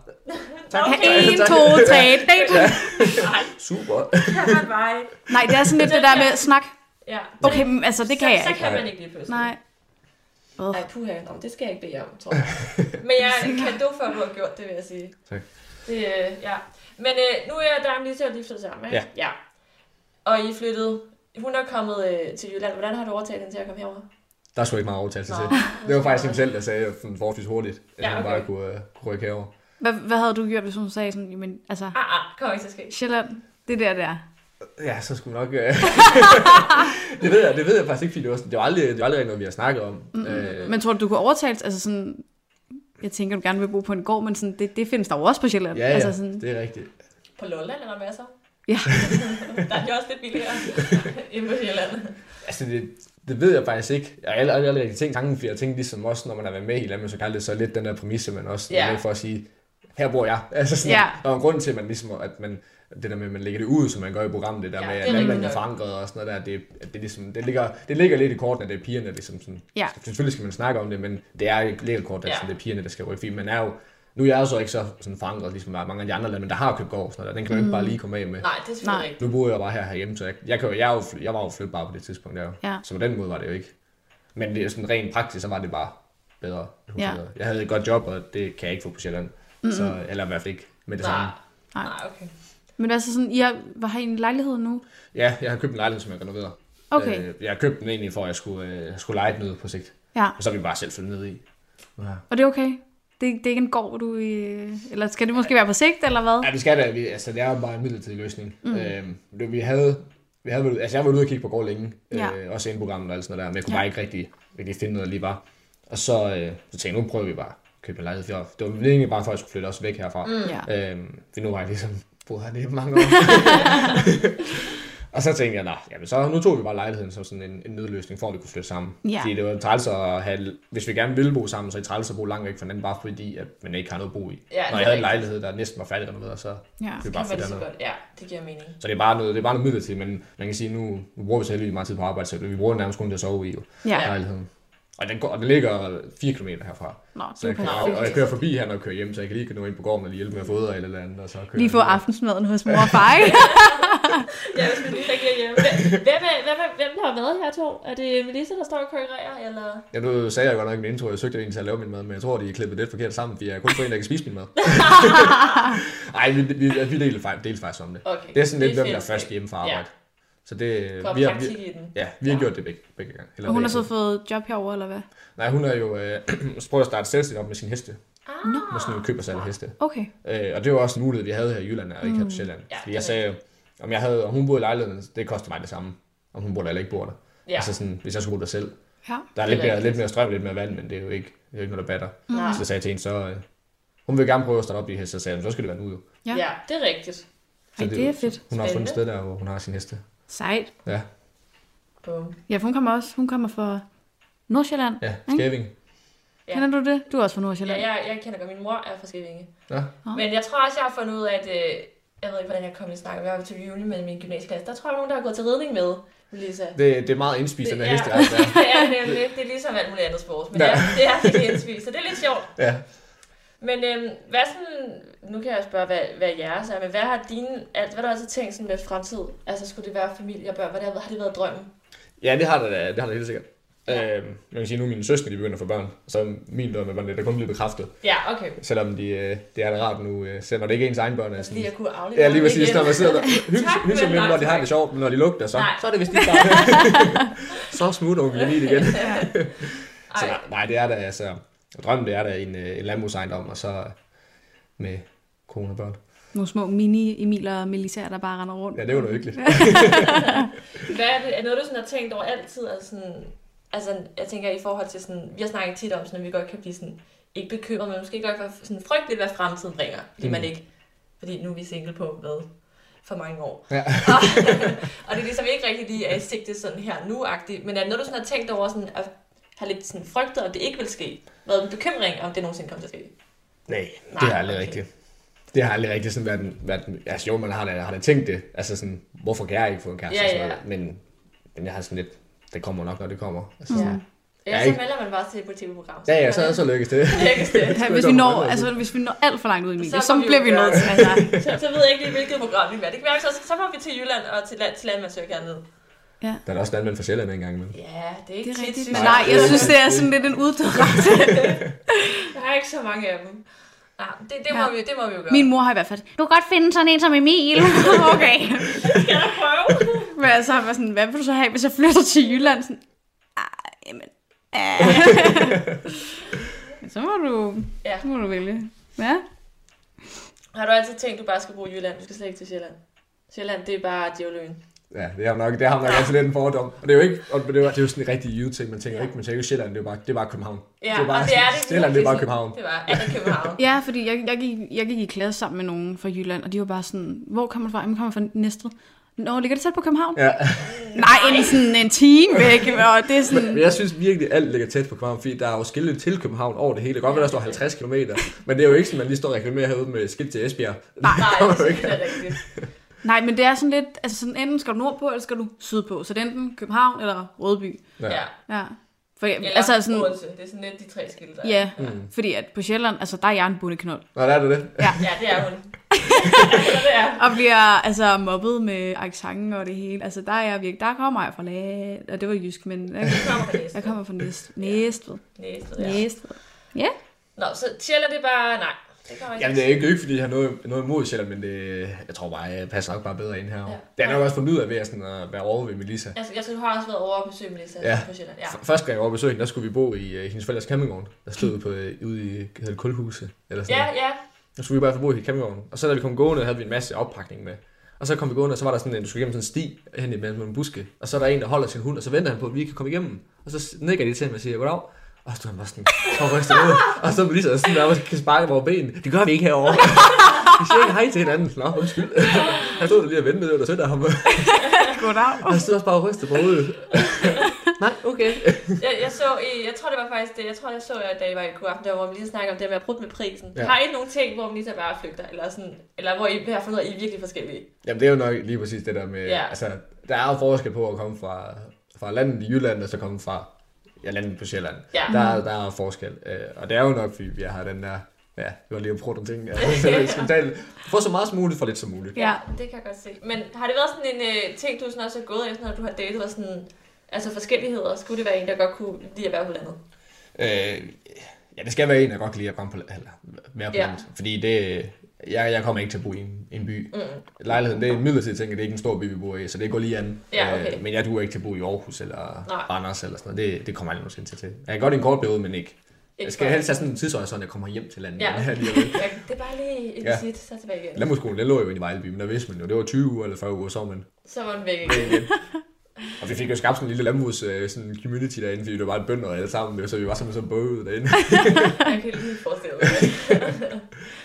Tak.
En, to, tre, date.
Ej,
Super.
det kan man bare ikke.
Nej, det er sådan lidt det der med snak.
Ja.
Okay, men, altså, det kan
så,
jeg
så
ikke.
kan man ikke lige pludselig.
Nej. Åh.
Ej, puha, Nå, det skal jeg ikke bede om, tror jeg. Men jeg er en kado for, at du har gjort det, vil jeg sige.
Tak.
Det, øh, ja. Men øh, nu er der lige til at lige flytte sammen, ikke?
Ja.
ja. Og I er flyttet. Hun er kommet øh, til Jylland. Hvordan har du overtalt hende til at komme herover?
Der er sgu ikke meget overtagelse
Nå.
til. Det var faktisk hende selv, der sagde sådan forholdsvis hurtigt, at
Ja,
ja, okay. han bare
okay.
kunne, øh, kunne rykke herover.
Hvad, hvad havde du gjort, hvis hun sagde sådan, jamen, altså,
Ah, ah, kommer ikke til at ske.
Sjælland, det der der.
Ja, så skulle nok... Øh... det, ved jeg, det ved jeg faktisk ikke, fordi det var, sådan, det var aldrig, det var aldrig noget, vi har snakket om. Mm-hmm. Øh,
Men tror du, du kunne overtales, altså sådan, jeg tænker, du gerne vil bo på en gård, men sådan, det, det findes der jo også på Sjælland.
ja, ja,
altså sådan,
det er rigtigt.
På Lolland er der masser.
Ja.
der er de også lidt billigere end på Jylland.
Altså, det, det ved jeg faktisk ikke. Jeg har aldrig, aldrig, aldrig rigtig tænkt tanken, fordi jeg tænkte ligesom også, når man har været med i landet, så kalder det så lidt den der præmisse, men også
Ja.
yeah. med for at sige, her bor jeg. Altså sådan,
Ja.
yeah. Der er jo en grund til, at man ligesom, at man, det der med, at man lægger det ud, som man gør i programmet, det der ja,
Ja,
med,
det er
at landmanden er
rigtigt nok.
forankret og sådan noget der, det, at det, ligesom, det, ligger, det ligger lidt i kortene, at det er pigerne, ligesom sådan.
Ja.
Selvfølgelig skal man snakke om det, men det er ikke ligger i kortene, at
Ja.
sådan, det er pigerne, der skal rykke, fordi man er jo, nu er jeg jo så ikke så sådan forankret, ligesom mange af de andre lande, men der har købt gård, og sådan noget, der. den kan man
Mm.
jo ikke bare lige komme af med.
Nej, det er
Nej.
selvfølgelig ikke.
Nu boede jeg bare her herhjemme, så jeg, jeg, kan, jo- jeg, er jo, fly- jeg var jo flytbar på det tidspunkt. Der.
Ja.
Så på den måde var det jo ikke. Men det er sådan rent praktisk, så var det bare bedre.
Ja.
Jeg havde et godt job, og det kan jeg ikke få på Sjælland. Så, eller i hvert fald ikke med det samme.
Nej. Nej, okay.
men altså sådan, I har, hvad har I en lejlighed nu?
Ja, jeg har købt en lejlighed, som jeg renoverer.
Okay.
Øh, jeg har købt den egentlig for, at jeg skulle, øh, jeg skulle lege den ud på sigt.
Ja,
Og så er vi bare selv flyttet ned i. Ja.
og det er okay? Det, det er ikke en gård, du... øh, Eller skal det måske være på sigt, eller hvad?
Ja, vi skal da. Vi, altså, det er jo bare en midlertidig løsning. Mm. Øhm, det, vi havde, vi havde, været- altså, jeg var ude og kigge på gård længe.
Ja.
Øh, også inden programmet og alt sådan noget der. Men jeg kunne
Ja.
ja. bare ikke rigtig, rigtig finde noget der lige var. Og så, øh, så tænkte jeg, nu prøver vi bare at købe en lejlighed. For det var egentlig bare for, at jeg skulle flytte os væk herfra. Mm.
Ja.
Øhm, for nu var jeg ligesom boet hernede i mange år. og så tænkte jeg, nej, jamen så nu tog vi bare lejligheden som sådan en, en nødløsning, for at vi kunne flytte sammen.
Ja.
Fordi det var træls at have, hvis vi gerne ville bo sammen, så er det træls at bo langt væk fra hinanden, bare fordi at man ikke har noget at bo i.
Ja, det
Når
er
jeg havde en
rigtigt.
lejlighed, der næsten var færdigrenoveret, så
Ja.
det er bare
Det kan man
fedt
lige så
andet.
godt. Ja, det giver mening.
Så det er bare noget, det er bare noget midlertidigt, men man kan sige, nu, nu bruger vi så heldigvis meget tid på arbejde, så vi bruger den nærmest kun til at sove i jo,
Ja.
lejligheden. Og den, går, og den ligger 4 km herfra.
Nå,
Så jeg kan,
okay.
og
Nå,
jeg
okay.
kører forbi her, når jeg kører hjem, så jeg kan lige nå ind på gården og lige hjælpe med at fodre eller noget andet. Og så kører
Lige få
jeg videre.
aftensmaden hos mor og far, ikke?
Ja, hvis vi lige lægger hjemme. Hvem, hvem, er- hvem, er- hvem, der har været her to? Er det Melissa, der står og konkurrerer, eller?
Ja, nu sagde jeg godt nok i min intro, jeg søgte egentlig til at lave min mad, men jeg tror, de er klippet lidt forkert sammen, fordi jeg er kun for en, der kan spise min mad. Nej, vi, vi, vi delte, fakt- delte faktisk om det.
Okay.
Det er sådan lidt, hvem der er
fællesskab.
først hjemme fra
Ja.
arbejde. Så det, øh,
Kom
vi har,
praktik
vi,
i den.
ja, vi har
Ja.
gjort det begge, begge gange. Eller
Og hun har
begge
så
gange.
fået job herover eller hvad?
Nej, hun har jo øh, prøvet at starte selvstændigt op med sin heste.
Ah,
Med sådan en køb og salg af heste.
Okay.
Øh, og det var også en mulighed, vi havde her i Jylland, og ikke her på Sjælland.
Ja,
Fordi
det er
jeg sagde, om, jeg havde, om hun boede i lejligheden, det koster mig det samme. Om hun bor der eller ikke bor der.
Ja.
Altså sådan, hvis jeg skulle bo der selv.
Ja.
Der er
Det er
lidt mere,
rigtigt.
lidt mere strøm, lidt mere vand, men det er jo ikke, det er jo ikke noget, der batter.
Nej.
Så jeg sagde til hende, så... Øh, hun vil gerne prøve at starte op i hest, så sagde jeg, "Men så skal det være nu jo.
Ja.
Ja. ja, det er rigtigt.
Så
Ej, det er fedt.
Hun har fundet
Spændende.
et sted der, hvor hun har sin heste.
Sejt.
Ja,
Bum.
Ja, for hun kommer også. Hun kommer fra Nordsjælland.
ja.
ikke?
Skæving.
Ja.
Kender du det? Du er også fra
Ja,
Nordsjælland.
jeg, jeg kender godt, min mor er fra Skævinge.
Ja.
Men jeg tror også, jeg har fundet ud af, at... Øh, jeg ved ikke, hvordan jeg kom i snak om, jeg var til juni med min gymnasieklasse. Der tror jeg, nogen, der har gået til ridning med, Melissa.
Det, det er meget indspist, den her
ja.
heste. Altså.
det er nemlig. Det er ligesom alt muligt andet sport. Men ja. det, er, det er rigtig indspist, så det er lidt sjovt.
Ja.
Men øhm, hvad sådan, nu kan jeg spørge, hvad, hvad jeres er, men hvad har dine, alt, hvad har du altid tænkt sådan med fremtid? Altså skulle det være familie og børn, hvad det har, været- har det været drømmen?
Ja, det har det, da- det har det helt sikkert. Øh, man kan sige, nu er mine søskende, de begynder at få børn, og så er min drøm er bare lidt, der kun bliver bekræftet.
Ja, okay.
Selvom de, øh, det er da rart nu, øh, selv når det ikke er ens egen børn. Er sådan,
Lige at kunne aflevere
ja, lige
dem
præcis,
igen.
når man sidder der. Hygge
Tak,
hygge sig
men
med dem,
nej,
når de har
tak.
det sjovt, men når de lugter, så,
Nej.
så er det vist ikke bare. så smutter onkel Janine igen. Så,
Ej,
nej, det er da, altså, drømmen det er da en, øh, en landbrugsejendom, og så øh, med kone og børn.
Nogle små mini-Emiler og Melissaer, der bare render rundt.
Ja, det var da hyggeligt.
hvad er det, er noget, du sådan har tænkt over altid? Altså, sådan, altså jeg tænker i forhold til sådan, vi har snakket tit om, sådan, at vi godt kan blive sådan, ikke bekymret, men måske godt være sådan frygteligt, hvad fremtiden bringer, fordi mm. man ikke, fordi nu er vi single på, hvad, for mange år.
Ja.
og, og det er ligesom ikke rigtig lige er i sigte sådan her nu -agtigt, men er det noget, du sådan har tænkt over, sådan, at have lidt sådan frygtet, om det ikke vil ske? Været en bekymring, om det nogensinde kommer til at ske?
Nej,
Nej,
det har aldrig
okay.
rigtigt. Det har aldrig rigtigt sådan været, en- været en- altså jo, man har da, har da tænkt det, altså sådan, hvorfor kan jeg ikke få en kæreste
Ja,
og sådan
ja.
noget, men, men jeg har sådan lidt, det kommer nok, når det kommer. Altså,
Ja.
sådan, Ja,
Ellers så
ikke-
melder man bare til et politiprogram.
ja, ja, så, så lykkes det.
Lækkes det.
Ja, hvis, vi når, altså, hvis vi når alt for langt ud, Emilie, så,
Så
så
må vi
bliver
jo
vi
gøre
nødt
det.
til. Altså,
så, så ved jeg ikke lige, hvilket program det er. Det kan være, så, så må vi til Jylland og til, land, til Landmandsøg hernede.
Der er da også landmænd fra Sjælland en gang imellem.
Ja, det er
det
ikke
er
tit,
rigtigt.
synes
Men
jeg.
nej, jeg synes, det er sådan lidt en uddannelse.
Der er ikke så mange af dem. Nej, det, det, må,
Ja.
vi, det må vi jo gøre.
Min mor har i hvert fald, du kan godt finde sådan en som Emil. okay.
skal jeg prøve.
Men altså, jeg var sådan, hvad vil du så have, hvis jeg flytter til Jylland? Sådan, ah, jamen, ah. Men så må du,
Ja.
så må du vælge. Ja.
Har du altid tænkt, du bare skal bruge Jylland? Du skal slet ikke til Sjælland. Sjælland, det er bare djævløen.
Ja, det har man nok, det har man nok altid lidt en fordom. Og det er jo ikke, og det er jo, det er jo sådan en rigtig jyde-ting, man tænker jo ikke, man tænker jo Sjælland, det er jo bare, det er bare København.
Ja,
det er bare,
og det er det.
Sjælland, det er bare
virkelig.
København.
Det var alt er København.
Ja, fordi jeg, jeg, gik, jeg gik i klasse sammen med nogen fra Jylland, og de var bare sådan, hvor kommer du fra? Jamen, jeg kommer fra Næstved. Nå, ligger det tæt på København?
Ja,
Nej, en, sådan en time væk, og det er sådan...
men jeg synes virkelig, alt ligger tæt på København, fordi der er jo skilte til København over det hele. Det kan godt være, der står 50 km, men det er jo ikke sådan, man lige står og reklamerer herude med skilt til Esbjerg.
Nej.
Nej,
Kommer
det
du
synes
ikke.
jeg er rigtigt.
Nej, men det er sådan lidt, altså sådan, enten skal du nordpå, eller skal du sydpå. Så det er enten København eller Rødby.
Ja.
Ja. For,
Eller
altså sådan,
Odense. Det er sådan lidt de tre skilte, der er.
ja, fordi at på Sjælland, altså der er jeg en bundeknold.
Nå, der er det det.
ja, det er hun. altså, det er.
Og bliver altså mobbet med accenten og det hele. Altså der er jeg virkelig, der kommer jeg fra lag, og det var jysk, men jeg,
Jeg kommer fra Næstved.
jeg kommer fra Næst, Næstved.
Næstved, ja.
Næstved. Ja.
Nå, så Sjælland, det er bare... Nej, det kommer ikke.
Jamen, det er ikke, det er ikke fordi jeg har noget, noget imod Sjælland, men det, jeg tror bare, jeg passer nok bare bedre ind her.
Ja.
Ja. Det er nok også fundet ud af ved at, sådan, at være over ved Melissa.
Altså, jeg tror, du har også været over og besøge Melissa
Ja.
på Sjælland. Ja.
Ja. Første gang jeg var på besøg, hende, der skulle vi bo i uh, hendes forældres campingvogn. Der stod vi på, uh, ude i hedder det Kulhuse, eller sådan
Ja,
noget.
ja.
Der skulle vi bare få bo i campingvognen. Og så da vi kom gående, havde vi en masse oppakning med. Og så kom vi gående, og så var der sådan en, du skulle igennem sådan en sti hen i mellem nogle buske. Og så er der en, der holder sin hund, og så venter han på, at vi kan komme igennem. Og så nikker de til ham og siger, goddag. Og så stod han bare sådan, og ryster ud. Og så bliver sådan der, og kan sparke vores ben. Det gør vi ikke herovre. Vi siger ikke hej til hinanden. Nå, undskyld. Han stod der lige og ventede, det var da sødt af ham.
Goddag.
Og han stod også bare og rystede på hovedet. Nej, okay.
Jeg, jeg, så i, jeg tror, det var faktisk det. Jeg tror, jeg så, jeg, da I var i Kuwait, der hvor vi lige snakkede om det med at bruge med prisen. Ja.
Ja.
Har I nogle ting, hvor Melissa bare flygter? Eller, sådan, eller hvor I har fundet ud af, at I er virkelig forskellige?
Jamen det er jo nok lige præcis det der med,
Ja.
ja. altså der er jo forskel på at komme fra, fra landet i Jylland, og så komme fra ja, landet på Sjælland.
Ja.
Der, er- der er forskel, øh, og det er jo nok, fordi vi har den der, ja, det var lige at prøve nogle ting, ja. skandal. Få så meget som muligt, for lidt som muligt.
Ja.
det kan jeg godt se. Men har det været sådan en øh, ting, du sådan også har gået efter, når du har datet og sådan... Altså forskelligheder. Skulle det være en, der godt kunne lide at være på landet?
Øh, ja, det skal være en, der godt kan lide at komme på, la- eller være på
Ja.
ja. landet, fordi det, jeg, jeg kommer ikke til at bo i en, en by. Mm. Lejligheden, det er en midlertidig ting, og det er ikke en stor by, vi bor i, så det går lige an.
Ja, okay.
øh, men jeg duer ikke til at bo i Aarhus eller
Nej.
Randers eller sådan noget, det, det kommer jeg aldrig nogensinde til. Jeg kan godt i en kort periode, men ikke Jeg skal
for-
helst have sådan en tidshorisont, jeg kommer hjem til landet.
Ja.
Ja. Alligevel.
Ja, det er bare lige en
Ja.
visit, så tilbage igen.
Landbrugsskolen, den lå jo inde i Vejleby, men der vidste man jo, det var 20 uger eller 40 uger, så var man.
Så var den væk igen.
Og vi fik jo skabt sådan en lille landbrugs øh, sådan en community derinde, fordi det var bare bønder alle sammen, så vi var simpelthen så bøget derinde.
Jeg kan lige forestille mig.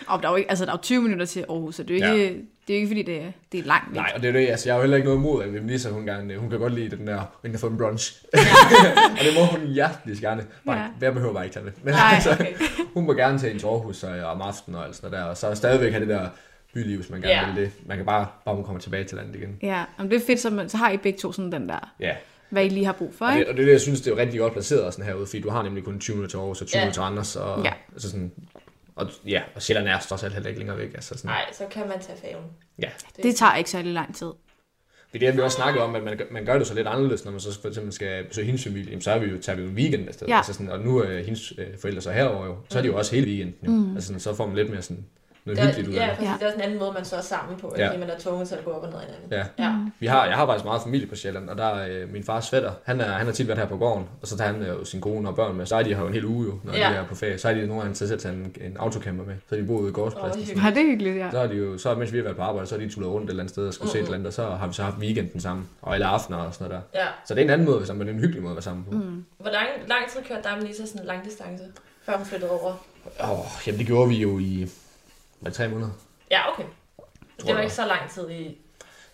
Og der er jo ikke, altså der er jo 20 minutter til Aarhus, så det er jo ikke, det er jo ikke fordi, det er, det er langt væk.
Nej, og det er jo det, altså jeg har jo heller ikke noget imod, at Melissa, hun, gerne, hun kan godt lide den der, hun kan få en brunch. og det må hun hjertelig gerne. Bare,
Ja.
ja. Jeg behøver bare ikke tage med. Men altså,
Nej,
okay.
hun må gerne tage en til Aarhus og, om aftenen og alt sådan noget der, og så stadigvæk have det der byliv, hvis man gerne
Ja.
ja. vil det. Man kan bare, bare man kommer tilbage til landet igen.
Ja, men det er fedt, så, man, så har I begge to sådan den der,
Ja,
hvad I lige har brug for,
Og det,
ikke?
og det er det, jeg synes, det er jo rigtig godt placeret sådan herude, fordi du har nemlig kun 20 minutter til Aarhus og 20
Ja.
minutter til Anders. Og,
Ja.
altså sådan, Og ja, og Sjælland er trods alt heller ikke længere væk. Altså sådan,
Nej, så kan man tage færgen.
Ja.
Det tager ikke særlig lang tid.
Det er det, vi også snakker om, at man, man gør det så lidt anderledes, når man så for eksempel skal besøge hendes familie, jamen, så er vi jo, tager vi jo weekend afsted.
Ja.
Altså sådan, og nu er hendes øh, forældre så herover jo, så er de jo også hele weekenden. Jo. Mm. Altså sådan, så får man lidt mere sådan noget
Der,
hyggeligt ud
ja,
af det.
præcis.
Ja.
Det er også en anden måde, man så er sammen på,
Ja.
ja. fordi man er tvunget til at gå op og ned ad hinanden.
Ja.
ja.
Vi har, jeg har faktisk meget familie på Sjælland, og der er øh, min fars fætter, han, er, han har tit været her på gården, og så tager han øh, sin kone og børn med. Så er de her jo en hel uge jo, når ja.
Ja.
de er på ferie. Så er de nogle gange til at tage en, en autocamper med, så har de boet ude i
Og
gårdspladsen.
hyggeligt.
Ja, det er hyggeligt, ja.
Så er de jo, så mens vi har været på arbejde, så er de tullet rundt et eller andet sted og skulle mm. se
Mm-hmm.
et eller andet, og så har vi så haft weekenden sammen, og alle aftener og sådan noget der.
ja.
Så det er en anden måde at være sammen, men det er en hyggelig måde at være sammen på. Mm.
Hvor lang, lang tid kørte dig med Lisa sådan en lang distance, før hun flyttede over?
Oh, jamen det gjorde vi jo i var det tre måneder.
Ja, okay.
Tror
Det var
jeg.
ikke så lang tid, I,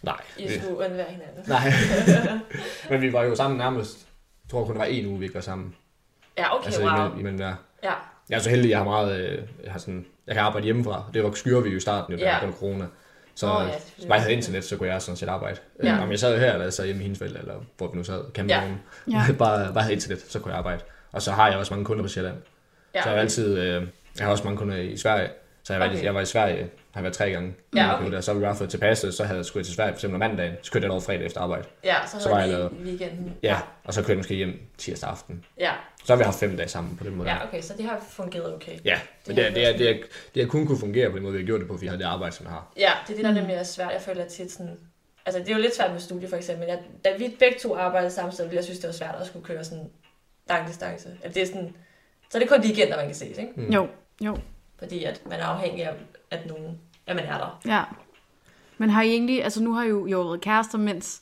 Nej.
I
Vi,
skulle undvære hinanden.
nej. men vi var jo sammen nærmest, jeg tror kun der var en uge, vi ikke var sammen.
Ja, okay,
Altså
wow.
imellem, imellem der.
Ja,
Jeg er så heldig, jeg har meget, øh, jeg, har sådan, jeg kan arbejde hjemmefra. Det var skyer vi jo i starten, jo, der
Ja.
yeah. corona. Så
Åh,
oh,
ja,
ja,
selvfølgelig.
bare jeg havde internet, så kunne jeg sådan set arbejde.
Ja.
Ja. Om jeg sad jo her, eller jeg sad hjemme i hendes forældre, eller hvor vi nu sad, campingvognen.
Ja.
Ja. bare, bare havde internet, så kunne jeg arbejde. Og så har jeg også mange kunder på Sjælland.
ja.
Så jeg har altid, øh, jeg har også mange kunder i Sverige. Så jeg, var,
Okay.
jeg var i Sverige, har været tre gange.
Ja,
Jeg
okay.
kunne Der, så har vi bare fået tilpasset, så havde jeg skulle jeg til Sverige for eksempel om mandagen, så kørte jeg over fredag efter arbejde.
ja, så
så var jeg
havde
lavet.
vi i weekenden.
Ja, og så kørte jeg måske hjem tirsdag aften.
ja.
Så har vi haft fem dage sammen på den måde.
Ja, okay, så det har fungeret okay.
ja men det,
Det
er,
har
det, er, det, er, det er kun kunne fungere på den måde, vi har gjort det på, fordi jeg har det arbejde, som jeg har.
Ja, det er det, der nemlig er svært. Jeg føler tit sådan... Altså, det er jo lidt svært med studie, for eksempel. Jeg, da vi begge to arbejdede samme sted, ville jeg synes, det var svært at skulle køre sådan lang distance. At det er sådan... Så er det kun weekender, man kan ses, ikke?
Jo,
Mm.
jo,
Fordi at man er afhængig af, at nogen... At man er der.
ja. Men har I egentlig, altså nu har I jo, I har jo været kærester, mens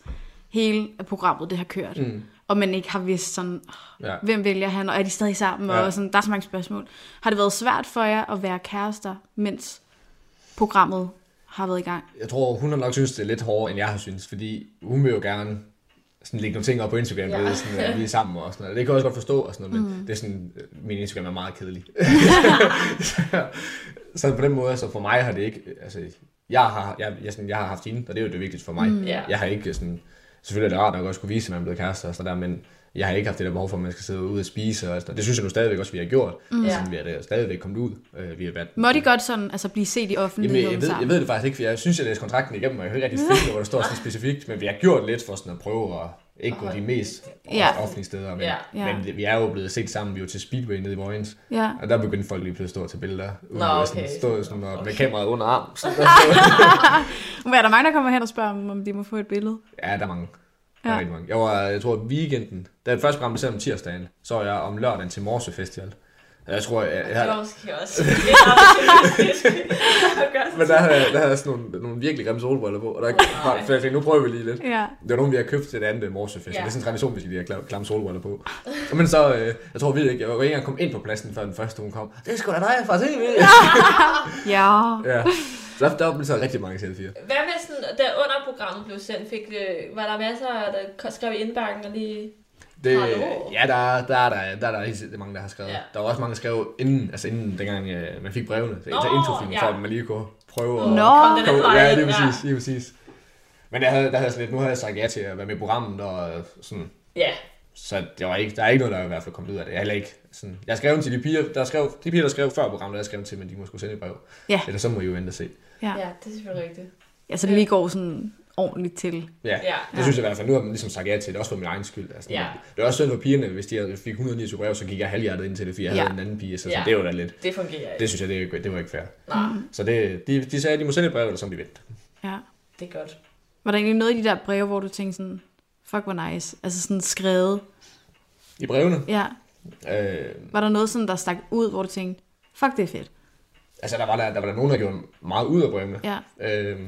hele programmet det har kørt. Mm. Og man ikke har vidst sådan,
Ja.
hvem vælger han, og er de stadig sammen,
Ja.
og sådan, der er så mange spørgsmål. Har det været svært for jer at være kærester, mens programmet har været i gang?
Jeg tror, hun har nok synes, det er lidt hårdere, end jeg har synes, fordi hun vil jo gerne sådan lægge nogle ting op på Instagram, ja.
Ja.
ved, sådan, at vi er sammen og sådan noget. Det kan jeg også godt forstå, og sådan noget, men mm. det er sådan, øh, min Instagram er meget kedelig. så, så på den måde, altså for mig har det ikke, altså jeg har, jeg, jeg, sådan, jeg har haft hende, og det er jo det vigtigste for mig. Mm.
Ja.
Jeg har ikke sådan, selvfølgelig er det rart nok også kunne vise, at man er blevet kærester og sådan der, men jeg har ikke haft det der behov for, at man skal sidde ude og spise og sådan noget. Det synes jeg nu stadigvæk også, vi har gjort. Mm. Altså,
Ja.
vi er da stadigvæk kommet ud. Øh, vi har været
Må de godt sådan, altså blive set i
Jamen,
offentligheden
jeg, ved, jeg
sammen?
ved det faktisk ikke, for jeg synes, jeg læste kontrakten igennem, og jeg kan ikke rigtig finde, hvor der står sådan specifikt, men vi har gjort lidt for sådan at prøve at ikke gå de mest
Ja.
offentlige steder, men,
Ja.
Ja.
men det- vi er jo blevet set sammen, vi er jo til Speedway nede i Vojens,
Ja.
og der begyndte folk lige pludselig at stå til billeder, uden
Nå,
at være sådan,
okay.
stå sådan og, med kameraet under armen. Sådan der.
Men er der mange, der kommer hen og spørger, om- om de må få et billede?
ja, der er mange. Der er
Ja.
rigtig mange. Jeg var, jeg tror, weekenden, da det første program blev sendt om tirsdagen, så var jeg om lørdagen til Morse Festival. Jeg tror, jeg, jeg,
Det var måske også lidt opportunistisk at gøre sådan
men der havde, jeg- der havde jeg sådan nogle, nogle virkelig grimme solbriller på, og der, for jeg tænkte, nu prøver vi lige lidt.
Ja.
Det var nogen, vi har købt til det andet morsefest. Ja. Det
Ja.
er sådan en tradition, vi skal lige have klam- klamme solbriller på. Og men så, øh, jeg tror virkelig ikke, jeg var ikke engang kommet ind på pladsen, før den første hun kom. Det er sgu da dig fra TV.
Ja.
ja. Så der, der blev så rigtig mange selfies.
Hvad med sådan, da under programmet blev sendt, fik, øh, var der masser, der ko- skrev i indbakken og lige...
Det,
Hallo.
ja, der, der, er der, der er der helt sikkert mange, der har skrevet.
Ja.
Der var også mange, der skrev inden, altså inden dengang øh, man fik brevene. Så
Nå,
oh, introfilmen,
ja.
for at man lige kunne prøve at...
Nå.
Kom den anden
Kom,
vej
ja,
ind,
lige præcis, lige præcis. Men der havde, der havde jeg sådan lidt, nu havde jeg sagt ja til at være med i programmet, og øh, sådan,
Ja,
Så det var ikke, der er ikke noget, der er i hvert fald kommet ud af det. Jeg, er heller ikke, sådan, jeg skrev til de piger, der skrev, de piger, der skrev før programmet, der skrev til, men de må skulle sende et brev.
Ja.
Eller så må I jo vente og se.
Ja.
ja, det er selvfølgelig rigtigt.
Altså,
Øh.
det lige går sådan ordentligt til.
Ja,
Ja.
det synes jeg i hvert fald. Nu har man ligesom sagt ja til, det er også for min egen skyld. Altså,
Ja.
Det er også synd for pigerne, hvis de havde- fik 129 brev, så gik jeg halvhjertet ind til det, fordi jeg
Ja.
havde en anden pige. Så, ja.
Ja.
det var da lidt.
Det fungerer ikke.
Det Mm.
Det,
synes jeg, det, er ikke- det var ikke fair.
Nej,
Så det, de, de sagde, at de må sende et brev, eller så må de vente.
Ja.
det er godt.
Var der egentlig noget i de der breve, hvor du tænkte sådan, fuck, hvor nice. Altså sådan skrevet.
I brevene,
Ja.
øh,
Var der noget sådan, der stak ud, hvor du tænkte, fuck, det er fedt.
altså der var der, der var der nogen, der gjorde meget ud af brevene.
Ja.
Øh,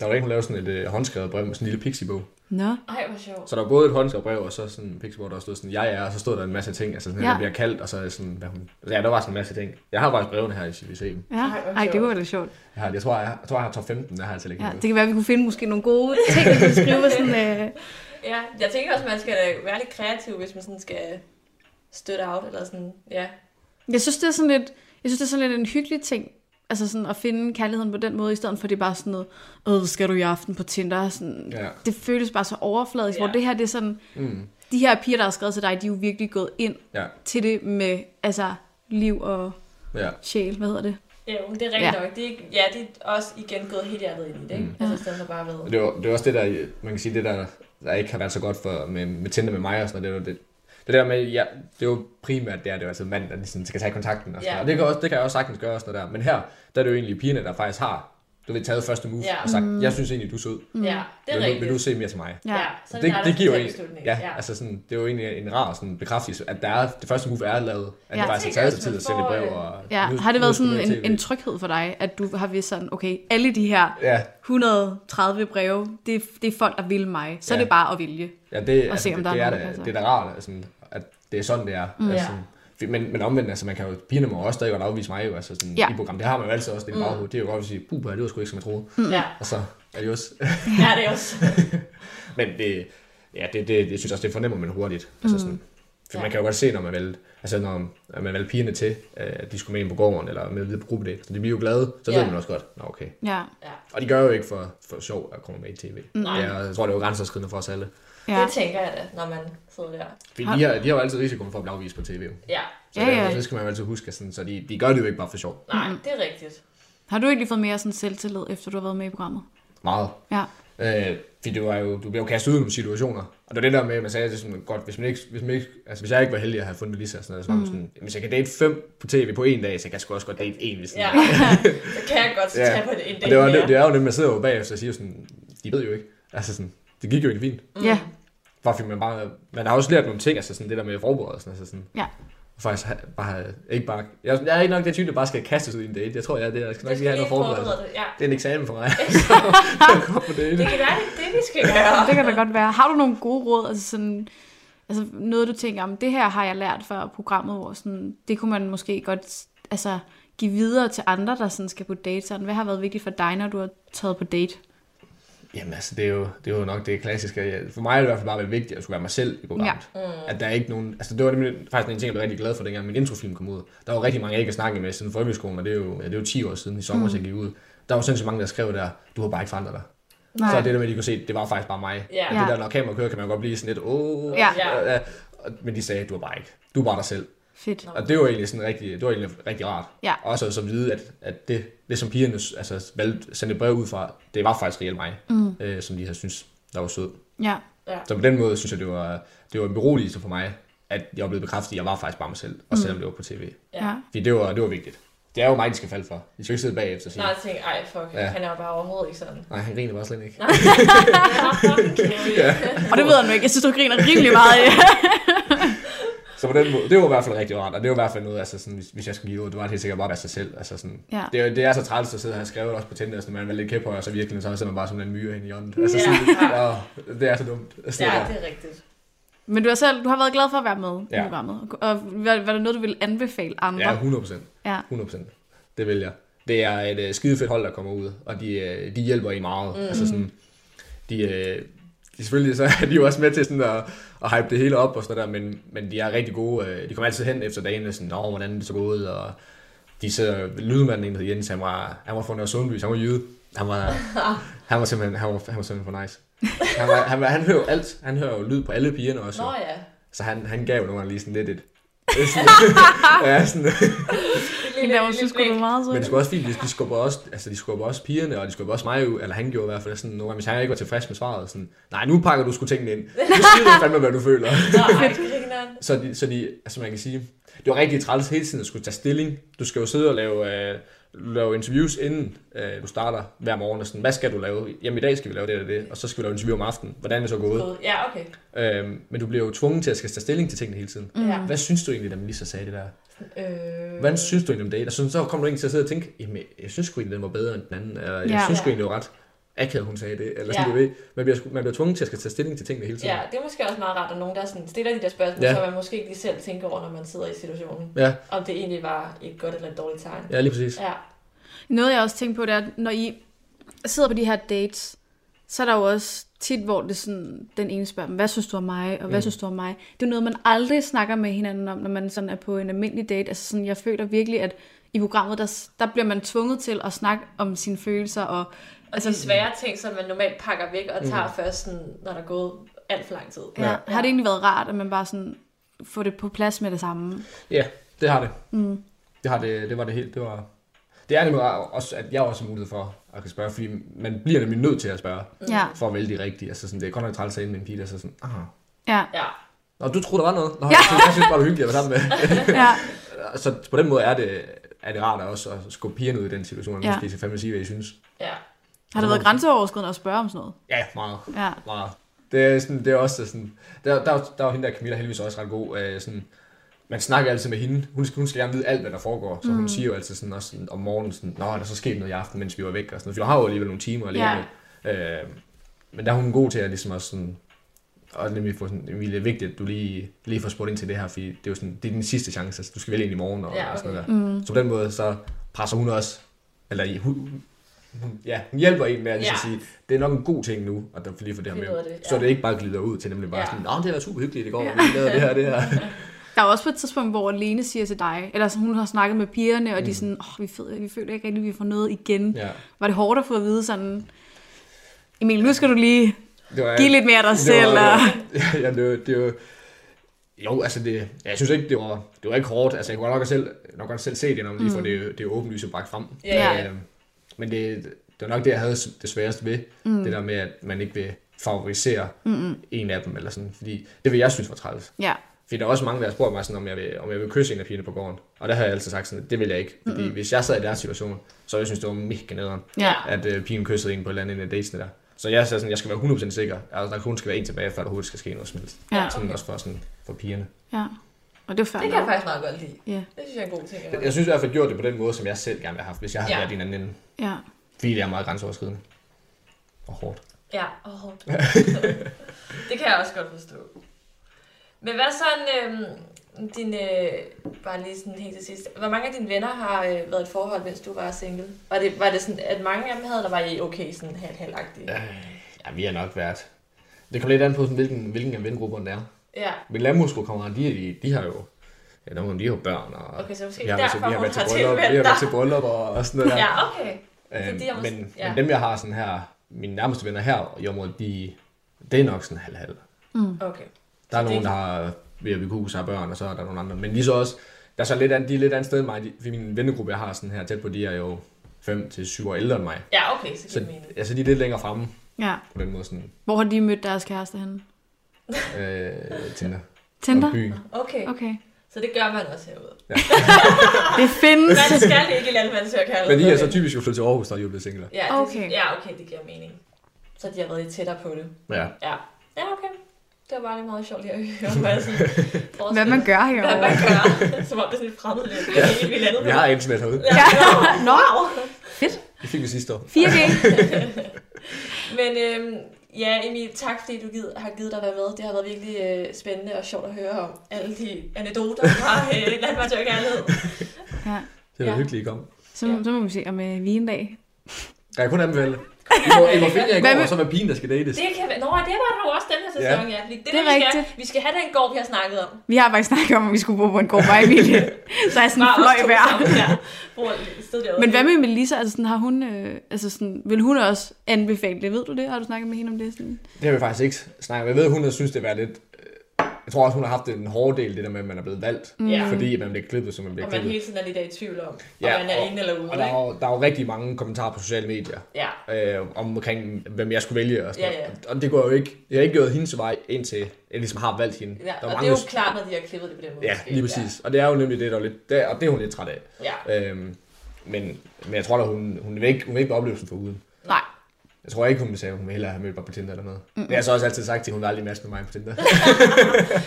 der var en, hun lavede sådan et øh, håndskrevet brev med sådan en lille pixiebog.
Nå.
Ej, hvor sjovt.
Så der var både et håndskrevet brev, og så sådan en pixel, hvor der stod sådan, jeg er, og så stod der en masse ting, altså sådan,
Ja.
ja. der bliver kaldt, og så er sådan, hvad hun... altså, Ja, der var sådan en masse ting. Jeg har faktisk brevene her, hvis I vil se dem.
Ja.
Ej, hvor
Ej, det
sjovt.
kunne være lidt sjovt.
Jeg, har, jeg, tror, jeg, har- jeg tror, jeg har top 15, der har jeg til
Ja,
ja,
det kan være, at vi kunne finde måske nogle gode ting, vi kunne skrive sådan... Øh...
Ja, jeg tænker også, man skal øh, være lidt kreativ, hvis man sådan skal støtte out, eller sådan, ja.
Jeg synes, det er sådan lidt, jeg synes, det er sådan lidt en hyggelig ting, altså sådan at finde kærligheden på den måde, i stedet for det er bare sådan noget, øh, skal du i aften på Tinder? Sådan,
Ja.
Det føles bare så overfladisk, ja. hvor
Ja.
det her, det er sådan,
Mm,
de her piger, der har skrevet til dig, de er jo virkelig gået ind
ja,
til det med, altså, liv og
ja.
sjæl, hvad hedder det?
Ja, men det er rigtigt
Ja.
ja. nok. Det er, ikke- ja, det er også igen gået helt hjertet ind i det, ikke? Mm. Altså, i stedet for bare at
Og
være...
det, var, det var også det, der, man kan sige, det der, der ikke har været så godt for, med, med Tinder med mig og sådan noget. Det, var det, det der med, ja, det er jo primært der, det er jo altid manden, der ligesom skal tage kontakten og sådan
Ja.
noget. Og det kan, også, det kan jeg også sagtens gøre og sådan noget der. Men her, der er det jo egentlig pigerne, der faktisk har, du ved, taget første move
Ja.
og sagt, jeg synes egentlig, du er sød.
Ja, det er
vil, du,
rigtigt.
vil du se mere til mig?
Ja,
Mm. Ja.
så
det,
er
det giver jo
en...
en, ja, ja.
altså,
Altså sådan, det er jo egentlig en rar sådan, bekræftelse, at der er, det første move er lavet, at ja, det
Ja.
faktisk
Tænk
har taget
også,
sig tid
man
at sende et
får,
brev.
øh,
Og,
Ja,
nu-
har det
nu
været
skal du
sådan
i
en,
TV.
en tryghed for dig, at du har vist sådan, okay, alle de her
Ja,
130 breve, det, er- det er folk, der vil mig. Så ja.
Ja.
er det bare at vælge.
Ja, det, altså,
se, om
det,
der er
det, er,
nogen, der
da,
passer.
det er da rart, altså, at det er sådan, det er. Mm. Altså, men, men omvendt, altså, man kan jo, pigerne må også stadig godt afvise mig jo, altså, sådan,
Ja.
ja. i program. Det har man jo altid også, det er mm. Det er jo godt at sige, puh, det var sgu ikke, som jeg troede.
Mm.
ja.
Og så er det også.
ja, det er også.
men det, ja, det, det, jeg synes også, det fornemmer man hurtigt. Altså, sådan, for
Ja.
man kan jo godt se, når man valgte, altså, når, når man valgte pigerne til, øh, at de skulle med ind på gården, eller med videre på gruppedate. Så de bliver jo glade, så
Ja.
ved man også godt, nå okay.
Ja,
Ja.
Og de gør jo ikke for, for sjov at komme med i tv.
Nej.
Jeg, jeg tror, det er jo grænseoverskridende for os alle.
ja.
Det tænker jeg da, når man sidder der.
Fordi
Har-
de, har, de har jo altid risikoen for at blive afvist på tv. Jo.
Ja,
Så
Ja,
ja,
ja.
ja. det skal man jo altid huske. Sådan, så de, de gør det jo ikke bare for sjov.
nej,
Mm.
det er rigtigt.
Har du egentlig fået mere sådan selvtillid, efter du har været med i programmet?
Meget.
Ja.
Øh, fordi det var jo, du bliver jo kastet ud i nogle situationer. Og det var det der med, at man sagde, at det er sådan, godt, hvis, man ikke, hvis, man ikke, altså, hvis jeg ikke var heldig at have fundet Lisa, sådan noget, så var man sådan, "Jamen, hvis jeg kan date fem på tv på en dag, så kan jeg sgu også godt date en ved siden
Ja,
af."
så kan jeg godt tage på det en
Og
dag
det, var,
mere.
det, det, er jo det, man sidder jo bagefter og siger sådan, de ved jo ikke. Altså sådan, det gik jo ikke fint.
Mm. Ja,
Bare fordi man bare, man har også lært nogle ting, altså sådan det der med forberedelsen, altså sådan.
Ja.
Og faktisk ha- bare, have- ikke bare, jeg, jeg er ikke nok den type, der bare skal kastes ud i en date. Jeg tror, jeg, er det, jeg skal nok
Det
lige have noget forberedelse.
forberede det. Ja.
Det er en eksamen for mig. Jeg kom på det
Det
ene.
kan være, det er det, vi skal gøre.
det kan da godt være. Har du nogle gode råd, altså sådan, altså noget du tænker om, det her har jeg lært fra programmet, hvor sådan, det kunne man måske godt altså, give videre til andre, der sådan skal på date. Sådan. Hvad har været vigtigt for dig, når du har taget på date?
Jamen altså, det er jo, det er jo nok det klassiske. Jeg- For mig har det i hvert fald bare været vigtigt, at jeg skulle være mig selv i programmet. Ja. Mm. At der er ikke nogen... Altså, det var nemlig, faktisk en ting, jeg blev rigtig glad for, dengang min introfilm kom ud. Der var rigtig mange, jeg ikke har snakket med siden folkeskolen, og det er jo, ja, det er jo 10 år siden i sommer, mm. jeg gik ud. Der var sindssygt mange, der skrev der, du har bare ikke forandret dig.
Nej.
Så det der med, at de kunne se, det var faktisk bare mig.
Ja.
Og det der, når kamera kører, kan man godt blive sådan lidt, åh...
Ja.
Ja.
ja. Men de sagde, du er bare ikke. Du er bare dig selv.
Fedt.
Og det var egentlig sådan rigtig, det var egentlig rigtig rart.
Ja.
Også at så vide, at, at det, det, som pigerne altså, valgte, sendte et brev ud fra, det var faktisk reelt mig, mm. øh, som de havde synes der var sød.
Ja.
Så på den måde synes jeg, det var, det var en beroligelse for mig, at jeg var blevet bekræftet, at jeg var faktisk bare mig selv,
Mm.
også selvom det var på tv.
Ja.
Fordi det var, det var vigtigt. Det er jo mig, de skal falde for. De skal jo ikke sidde bagefter og sige,
Nej, jeg tænkte, ej, fuck,
Ja.
han er jo bare overhovedet ikke sådan.
nej, han griner bare slet ikke.
ja.
Og det ved han jo ikke. Jeg synes, du griner rimelig meget.
Så på den måde, det var i hvert fald rigtig rart, og det var i hvert fald noget, altså sådan, hvis, hvis jeg skulle give ud, det var det helt sikkert bare at være sig selv. Altså sådan,
Ja.
det, er, det er så træls at sidde her og skrive også på Tinder, sådan, man er lidt kæp på, og så virkelig, så sidder man bare som en myre hen i ånden. Altså,
Ja.
sådan, ja. det er så dumt. Altså,
ja,
ja,
det
det.
er rigtigt.
Men du har, selv, du har været glad for at være med ja. i
Ja.
programmet. Og var, var det noget, du ville anbefale andre?
ja 100 procent.
ja.
100 procent. Det vil jeg. Det er et øh, skide fedt hold, der kommer ud, og de, øh, de hjælper I meget. Mm. Altså sådan, de, øh, de selvfølgelig så er de jo også med til sådan at, at hype det hele op og sådan noget der, men, men de er rigtig gode. øh, De kommer altid hen efter dagen og sådan, Nå, hvordan er det så gået, og de sidder, lydmanden en hed Jens, han var, han var fra Nørre Sundby, så han var jyde. Han var, han var simpelthen, han var, han var simpelthen for nice. Han, var, han, var, han hører jo alt. Han hører jo lyd på alle pigerne også.
Nå
jo.
ja,
Så han, han gav jo nogle gange lige sådan lidt et... ja, sådan,
det
Hende der, hun synes sgu, du er meget
men det
sød.
skulle også fint, de, de skubber også, altså de skubber også pigerne, og de skubber også mig ud, eller han gjorde i hvert fald sådan nogle gange, hvis han ikke var tilfreds med svaret, sådan, nej, nu pakker du sgu tingene ind. Nu skriver du fandme, hvad du føler.
grineren.
Så de, så de, altså man kan sige, det var rigtig træls hele tiden at skulle tage stilling. Du skal jo sidde og lave, øh, lave interviews, inden øh, du starter hver morgen, og sådan, hvad skal du lave? Jamen i dag skal vi lave det og det, og så skal vi lave interview om aftenen. Hvordan er det så gået?
Fed. Ja, okay.
Øhm, men du bliver jo tvunget til at skal tage stilling til tingene hele tiden.
Mm.
Ja.
Hvad synes du egentlig, da Melissa sagde det der?
Øh,
Hvordan synes du egentlig om daten? Og sådan, så kom du egentlig til at sidde og tænke, jamen, jeg synes sgu egentlig, den var bedre end den anden, eller jeg
Ja.
ja. synes sgu
Ja.
egentlig, det var ret akavet, hun sagde det, eller sådan,
Ja.
ja. du ved. Man bliver, sgu- man bliver tvunget til at skal tage stilling til tingene hele tiden.
Ja, det er måske også meget rart, at nogen der sådan stiller de der spørgsmål, ja.
Ja.
så man måske ikke lige selv tænker over, når man sidder i situationen,
Ja,
om det egentlig var et godt eller et dårligt tegn.
ja lige præcis.
Ja,
Noget, jeg også tænker på, det er, at når I sidder på de her dates, så er der jo også tit, hvor det sådan, den ene spørger, hvad synes du om mig, og hvad mm. synes du om mig? Det er noget, man aldrig snakker med hinanden om, når man sådan er på en almindelig date. Altså sådan, jeg føler virkelig, at i programmet, der, der bliver man tvunget til at snakke om sine følelser, og altså,
og de svære ting, som man normalt pakker væk og tager mm. først, sådan, når der er gået alt for lang tid.
ja. Ja. har det egentlig været rart, at man bare sådan får det på plads med det samme?
Ja, det har det. Mm. Det har det, det var det helt, det var... Det er nemlig også, at jeg også har mulighed for at kan spørge, fordi man bliver nemlig nødt til at spørge,
Ja,
for at vælge de rigtige. Altså sådan, det er godt nok træls at ende med en pige, der så sådan, ah,
ja,
Ja.
Nå, du troede, der var noget. Nå, jeg, synes, jeg synes bare, det var hyggeligt at være sammen med.
ja.
så på den måde er det, er det rart også at skubbe pigerne ud i den situation, og
Ja.
ja. måske skal fandme sige, hvad I synes.
Ja.
Har det været grænseoverskridende at spørge om sådan noget?
Ja, meget.
Ja,
meget. Det er, sådan, det er også sådan... Der, der, er jo- der er jo hende der, Camilla, heldigvis også ret god. Øh, sådan, man snakker altid med hende. Hun skal, hun skal gerne vide alt, hvad der foregår. Så mm. hun siger jo altid sådan, også sådan, om morgenen, sådan, Nå, er der så sket noget i aften, mens vi var væk? Og sådan, noget. for hun har jo alligevel nogle timer alene. Ja. Øh, men der er hun god til at ligesom også sådan, og nemlig få sådan, Emilie, det er vigtigt, at du lige, lige får spurgt ind til det her, fordi det er jo sådan, det er din sidste chance, altså, du skal vælge ind i morgen og,
Ja,
ja,
okay.
og sådan noget der. Mm. Så på den måde, så presser hun også, eller i- hun, hun, ja, hun hjælper en med at ligesom
Ja.
ja. sige, det er nok en god ting nu, at der lige får det her
Finde ud af
med.
det,
Det, ja. Så
ja.
det ikke bare glider ud til nemlig bare
Ja.
ja. sådan, Nå, det har været super hyggeligt i går, ja. vi lavede det her, det her.
Der er også på et tidspunkt, hvor Lene siger til dig, eller sådan, hun har snakket med pigerne, og de er sådan, åh, oh, vi, fed, vi føler ikke rigtig, at vi får noget igen.
Mm. ja.
Var det hårdt at få at vide sådan, Emil, nu skal du lige
Det var,
give lidt mere af dig
Det
selv.
var-
og-
Ja, ja, det, var- det var, jo, altså det, ja, jeg synes ikke, det var, det var ikke hårdt. Altså, jeg kunne godt nok selv, nok godt selv se det, når man
Mm.
lige får det, det åbenlyse bragt frem.
Ja.
Øh, men det, det var nok det, jeg havde det sværeste ved. Mm. Det der med, at man ikke vil favorisere mm en af dem, eller sådan, fordi det vil jeg synes var træls.
Ja,
Fordi der er også mange, der har spurgt mig, sådan, om, jeg vil, om jeg vil kysse en af pigerne på gården. Og der har jeg altid sagt, sådan, at det vil jeg ikke. Fordi mm hvis jeg sad i deres situation, så ville jeg synes, det var mega nederen
ja,
at øh, pigen kyssede en på et eller andet en af datesene der. Så jeg sagde sådan, jeg skal være 100% sikker. Altså, der kun skal være en tilbage, før der overhovedet skal ske noget som helst.
ja,
Sådan også for, sådan, for pigerne.
ja. Og det var
Det
færdigt.
kan jeg faktisk meget godt lide.
Ja,
Det synes jeg er en god ting. at
Jeg synes i hvert fald, jeg gjorde det på den måde, som jeg selv gerne ville have haft, hvis jeg havde
Ja.
ja. været i en anden ende.
ja.
Fordi det er meget grænseoverskridende. Og hårdt.
Ja, og hårdt. det kan jeg også godt forstå. Men hvad så øhm, din, øh, bare lige sådan helt til sidst, hvor mange af dine venner har øh, været i et forhold, mens du var single? Var det, var det sådan, at mange af dem havde, eller var I okay sådan halv halv ja.
Ja, vi har nok været... Det kommer lidt an på, sådan, hvilken, hvilken af vennegrupperne det er.
ja.
Min landmuskokammerater, de, de, de har jo... Ja, nogle af dem, de har jo børn, og
Okay, så måske
vi har, været til-
derfor,
vi har været til
hun har
bryllup, vi har
tilmeldt
været til bryllup og, og sådan noget der.
Ja, okay. Så
Øhm,
de har måske-
men,
ja.
ja. men dem, jeg har sådan her, mine nærmeste venner her i området, de, det er nok sådan halv-halv.
Okay.
Der er
det er
nogen, der har ved at hus har børn, og så er der nogle andre. Men lige så også, der er så lidt an, de er lidt andet sted end mig, de, fordi min vennegruppe, jeg har sådan her tæt på, de er jo 5-7 år ældre end mig.
Ja, okay, så giver
Så
det mening.
altså, de er lidt længere fremme
ja.
på den måde, sådan
Hvor har de mødt deres kæreste henne?
øh, Tinder.
Tinder?
Og byen.
Okay,
Okay.
så det gør man også herude.
Det findes.
Man skal ikke i landet, man søger kærlighed.
Men de er så
Okay.
typisk jo flyttet til Aarhus, der er jo blevet singler.
Ja,
Okay.
det, ja, okay, det giver mening. Så de har været lidt tættere på det.
Ja.
Ja, ja okay. Det var bare lige meget sjovt lige at høre, hvad, sådan,
Hvad man gør
hvad man
herovre.
gør. Som om det er sådan et fremmed land. Ja. Vi landede på.
Vi har internet herude.
Ja.
Nå.
Wow.
Det fik vi sidste år.
4G.
Men øhm, ja, Emil, tak fordi du gid, har givet dig at være med. Det har været virkelig øh, spændende og sjovt at høre om alle de anekdoter fra øh, landmandsøgerkærlighed.
Ja.
Det var
Ja.
ja. hyggeligt, I kom.
Så, må- så må vi se om øh, vi en dag.
Jeg kan kun anbefale. det. I må, I må finde jer i
Hvad
går,
med-
og så var pigen, der skal dates.
Det kan være... Nå, det var der jo også den her sæson, ja. ja. Det,
Det er
det vi
rigtigt.
Skal, vi skal have den gård, vi har snakket om.
Vi har faktisk snakket om, at vi skulle bo på en gård, mig og Emilie. Så er jeg sådan
Bare os
fløj
to
værd.
sammen, Ja. Hvor- stod derude.
Men hvad med Melissa? Altså, sådan, har hun, øh, altså sådan, vil hun også anbefale det? Ved du det? Har du snakket med hende om det? Sådan?
Det har vi faktisk ikke snakket om. Jeg ved, hun har synes, det var lidt... øh, Jeg tror også, hun har haft den hårde del, det der med, at man er blevet valgt.
Ja.
Fordi man bliver klippet, som man bliver
Mm. Og man
klippet.
hele tiden er lidt i tvivl om, ja, om man er inde eller ude.
Og der
ikke?
er, jo, der er jo rigtig mange kommentarer på sociale medier
Ja.
øh, om- omkring, hvem jeg skulle vælge. Og, sådan
Ja, ja.
noget. og det går jo ikke. Jeg har ikke gået hendes vej, indtil jeg ligesom har valgt hende.
Ja,
der
og det
mange-
er jo klart, når de har klippet det på den måde.
Ja,
måske.
lige præcis. Og det er jo nemlig det, der er lidt, det, og det er hun lidt træt af.
Ja. ja.
Øhm, men, men jeg tror da, hun, hun, vil ikke, hun vil ikke være oplevelsen for uden.
Nej.
Jeg tror ikke, hun vil sige, at hun vil hellere have mødt mig på Tinder eller noget. Mm-hmm. Det har jeg så også altid sagt til, at hun vil aldrig matche med mig på Tinder.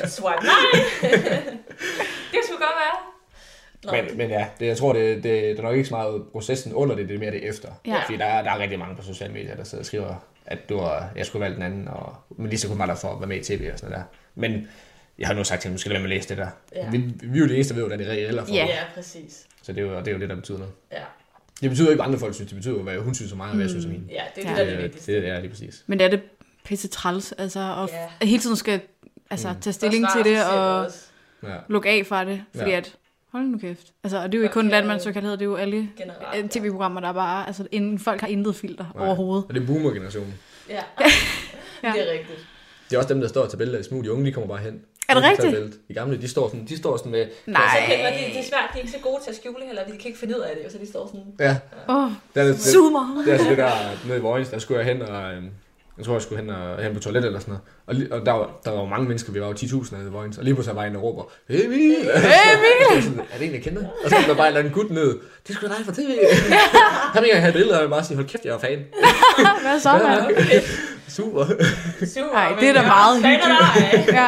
Swipe nej! det skulle godt være. Nå,
Men, men ja, det, jeg tror, det, det, det er nok ikke så meget processen under det, det er mere det efter.
Ja.
Fordi der er, der er rigtig mange på sociale medier, der sidder og skriver, at du var, jeg skulle valgt den anden, og men lige så kunne man der for at være med i tv og sådan noget der. Men jeg har nu sagt til dem, nu skal du lade med at læse det der.
Ja.
Ja. Vi, vi, er jo de eneste, der ved, hvordan det reelt er for
ja.
dem.
ja, præcis.
Så det er, jo, og det er jo det, der betyder noget.
Ja,
Det betyder jo ikke, hvad andre folk synes. Det betyder jo, hvad hun synes om mig, og hvad jeg synes om hende.
ja det er
Ja.
Mm. ja. det,
Det,
der er det
er-
vigtigste.
det er lige præcis.
Men det er det pisse træls, altså, og
Ja.
yeah. hele tiden skal altså, tage
Og
stilling til
svarer
det,
sig selv
og
også
Ja.
lukke af fra det, fordi
Mm. Ja.
at, hold nu kæft. Altså, og det er jo ikke kun
Okay.
okay. landmandsøkærlighed, det er jo alle
Generelt,
øh,
ja.
tv-programmer, der er bare, altså, inden folk har intet filter
Nej.
overhovedet.
Og det er boomer-generationen.
Ja. det er rigtigt.
Det er også dem, der står og tager billeder i smug. De unge, de kommer bare hen.
Er det
Virkelig
rigtigt?
tabelt. De gamle, de står sådan, de står sådan med...
Så
Nej.
kender de, det er svært, de er ikke så gode til at skjule heller, de kan ikke finde ud af det, jo, så de står sådan...
Ja,
Åh,
der er lidt,
zoomer.
der er sådan det der nede i Vojens, der skulle jeg hen og... øhm, Jeg tror, jeg skulle hen, og, hen på toilettet eller sådan noget. Og, li- og der, var, der var jo mange mennesker, vi var jo 10.000 nede i Vojens. Og lige pludselig var en, der råber, Hey Emil! Hey Emil! er det en, jeg kender? Og så kom der bare en eller anden gut ned. Det skulle dig fra tv. Han ringer, jeg havde billeder, og jeg bare sige, hold kæft, jeg er fan.
Hvad så, mand?
Super.
Super,
Ej, det
men
er da
jeg
meget
faner dig, ej.
Ja.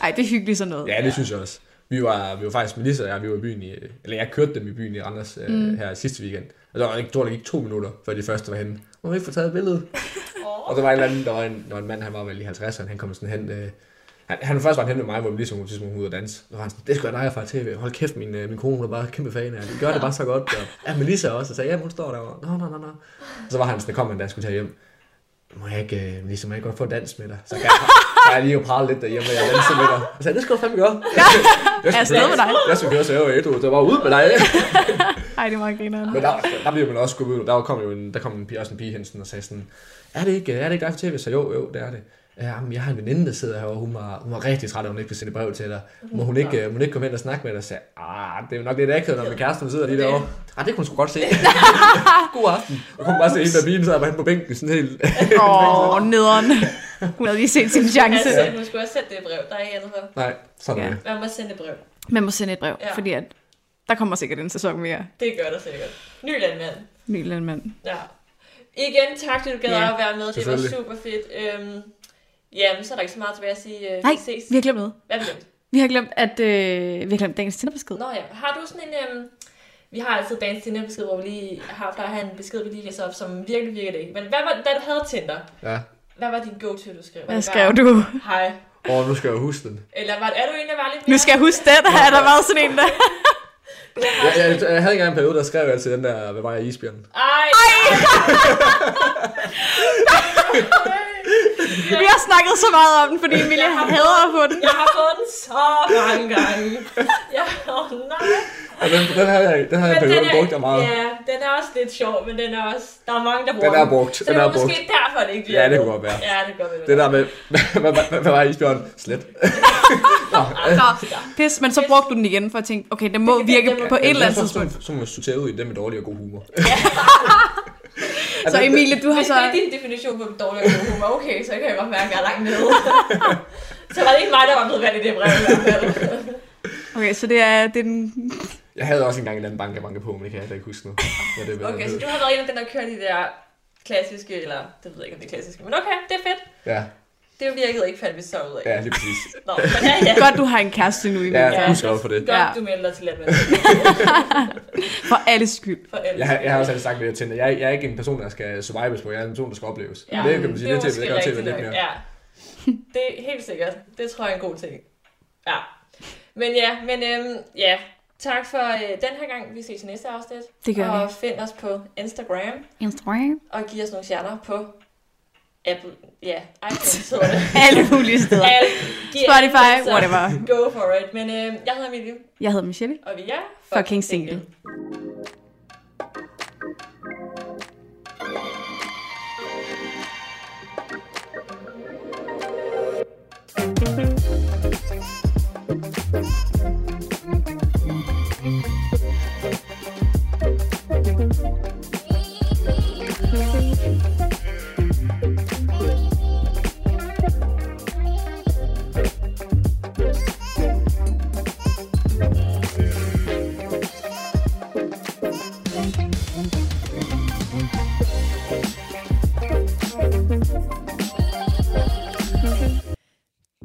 Ej, det er hyggeligt sådan noget.
Ja, det synes jeg også. Vi var, vi var faktisk med Lisa og jeg, vi var i byen i, eller jeg kørte dem i byen i Randers mm. her sidste weekend. Og der var ikke, tror, der gik to minutter, før de første var henne. Må vi ikke få taget et billede? og der var en eller anden, der var en, der var en mand, han var vel i 50'erne, han kom sådan hen, øh, han, han var først var hen med mig, hvor vi ligesom var ligesom ude og danse. Og så var han sådan, det skulle jeg dig fra tv. Hold kæft, min, øh, min kone, hun er bare kæmpe fan af. jer. De gør det bare så godt. Og, ja, men Lisa også. Og sagde, ja, hun står derovre. Nå, nå, nå, nå. Og så var han sådan, kom han, da jeg skulle tage hjem. Må jeg ikke, øh, Lisa, må jeg ikke godt få dans med dig? Så kan jeg, så har jeg lige og prale lidt derhjemme, og jeg danser med dig. Og så sagde, det skal du fandme gøre. Jeg
Er jeg
skulle
afsted med
høre-
dig?
Jeg skulle høre, så jeg var ædru, så jeg var ude med dig.
Ej, det er meget grineren.
Men der, der blev man også skubbet ud. Der kom jo en, der kom en pige, også en pige hen sådan, og sagde sådan, er det ikke, er det ikke dig for tv? Så jo, jo, det er det. Jamen, jeg har en veninde, der sidder her, og hun var, hun var rigtig træt, at hun ikke kunne sende brev til dig. Må hun ikke, øh, må hun ikke komme hen og snakke med dig? Og sagde, ah, det er jo nok lidt akavet, når min kæreste hun sidder lige derovre. Ah, det kunne hun sgu godt se. God aften. Og kunne bare se, at hende der pigen sidder bare henne på bænken, sådan helt.
Åh, nederen. Hun havde lige set sin chance.
Altså, hun skulle også sende det brev, der er ikke andet for.
Nej, sådan
Ja.
ja.
Man må sende et brev.
Man må sende et brev,
Ja.
fordi at der kommer sikkert en sæson mere.
Det gør der sikkert. Ny landmand.
Ny landmand.
Ja. Igen, tak, fordi du gad
Ja,
at være med. Det var
selvfølgelig.
super fedt. Øhm, jamen, så er der ikke så meget tilbage at sige. Øh,
Nej,
vi ses.
vi har glemt noget.
Hvad er det?
Vi har glemt, at øh, vi har glemt dagens Tinderbesked.
Nå ja, har du sådan en... Øhm, vi har altid dagens Tinder-besked, hvor vi lige har plejer at have en besked, vi lige læser op, som virkelig virker det ikke. Men hvad var, da du havde Tinder,
ja.
hvad var din go-to, du skrev?
Hvad skrev du?
Hej.
Og nu skal jeg huske den.
Eller var, er du en, der var lidt mere...
Nu skal jeg huske den, har der været sådan en der.
Jeg, jeg, jeg, havde engang en periode, der skrev jeg altid den der, hvad var jeg, isbjørn?
Ej!
Vi har snakket så meget om den, fordi Emilie
Jeg har-
hader at få den.
Jeg har fået den så mange gange. Ja, åh nej.
Og den, den havde jeg, den havde jeg en periode, brugte jeg meget.
Ja, den er også lidt sjov, men den er også... Der er mange, der bruger
Den er brugt,
Så
den
det
er
var
brugt.
måske derfor, det ikke
Ja, det kunne godt være.
Ja, det kan godt være.
Det der med, hvad, hvad, hvad, hvad var isbjørn? Slet.
Nå, pis, men så brugte du den igen for at tænke, okay, det må
Det- det-
virke
det må-
på et eller andet
så,
tidspunkt.
Så, så må man sortere ud i det med dårlig og god humor.
Så Emilie, du har
Hvis
så...
det er din definition på dårlig og god humor, okay, så kan jeg godt mærke, at jeg er langt nede. så var det ikke mig, der var blevet valgt i det brev i hvert fald.
Okay, så det er, det er den...
Jeg havde også engang en anden bank, jeg bankede på, men det kan jeg da ikke huske nu. Ja, det er
Okay, så du har været en af den, der kører de der klassiske, eller det ved jeg ikke, om det er klassiske, men okay, det er fedt.
Ja,
Det er virkelig ikke fandt vi så ud af.
ja, lige præcis.
Nå, men ja, ja.
Godt, du har en kæreste nu, Emilie.
Ja, husk op for det.
Godt,
Ja.
du melder dig til at
For alles skyld.
for alle.
Jeg, har- jeg har også altid sagt det, jeg tænder. Jeg, jeg er ikke en person, der skal survives på. Jeg er en person, der skal opleves.
Ja,
Ja, det kan man sige, det,
er
det, det,
måske
gør til,
rigtigt
lidt
nok,
mere.
Ja. Det er helt sikkert. Det tror jeg er en god ting. Ja. Men ja, men øhm, ja. Tak for øh, den her gang. Vi ses i næste afsnit.
Det gør
Og
vi.
find os på Instagram
Instagram.
og giv os nogle stjerner på Apple. Ja, iTunes hedder det.
Alle mulige steder.
Alle- giv
Spotify,
alle, så
whatever.
Go for it. Men øhm, jeg hedder Emilie,
Jeg hedder Michelle.
og vi er
Fucking single.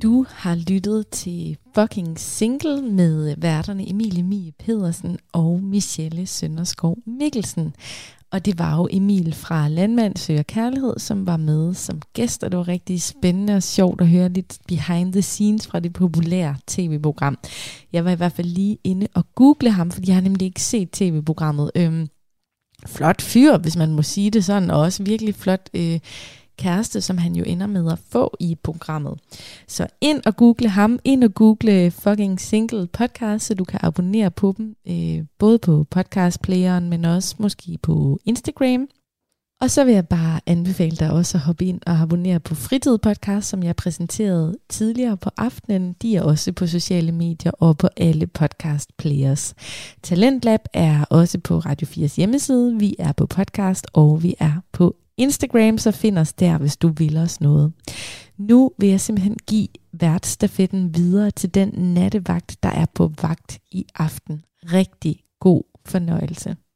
Du har lyttet til Fucking Single med værterne Emilie Mie Pedersen og Michelle Sønderskov Mikkelsen. Og det var jo Emil fra Landmand Søger Kærlighed, som var med som gæst, og det var rigtig spændende og sjovt at høre lidt behind the scenes fra det populære tv-program. Jeg var i hvert fald lige inde og google ham, fordi jeg har nemlig ikke set tv-programmet. Øhm, flot fyr, hvis man må sige det sådan, og også virkelig flot øh, kæreste, som han jo ender med at få i programmet. Så ind og google ham, ind og google fucking single podcast, så du kan abonnere på dem, øh, både på podcastplayeren, men også måske på Instagram. Og så vil jeg bare anbefale dig også at hoppe ind og abonnere på Fritid Podcast, som jeg præsenterede tidligere på aftenen. De er også på sociale medier og på alle podcast players. Talentlab er også på Radio 4's hjemmeside. Vi er på podcast, og vi er på Instagram, så find os der, hvis du vil os noget. Nu vil jeg simpelthen give værtsstafetten videre til den nattevagt, der er på vagt i aften. Rigtig god fornøjelse.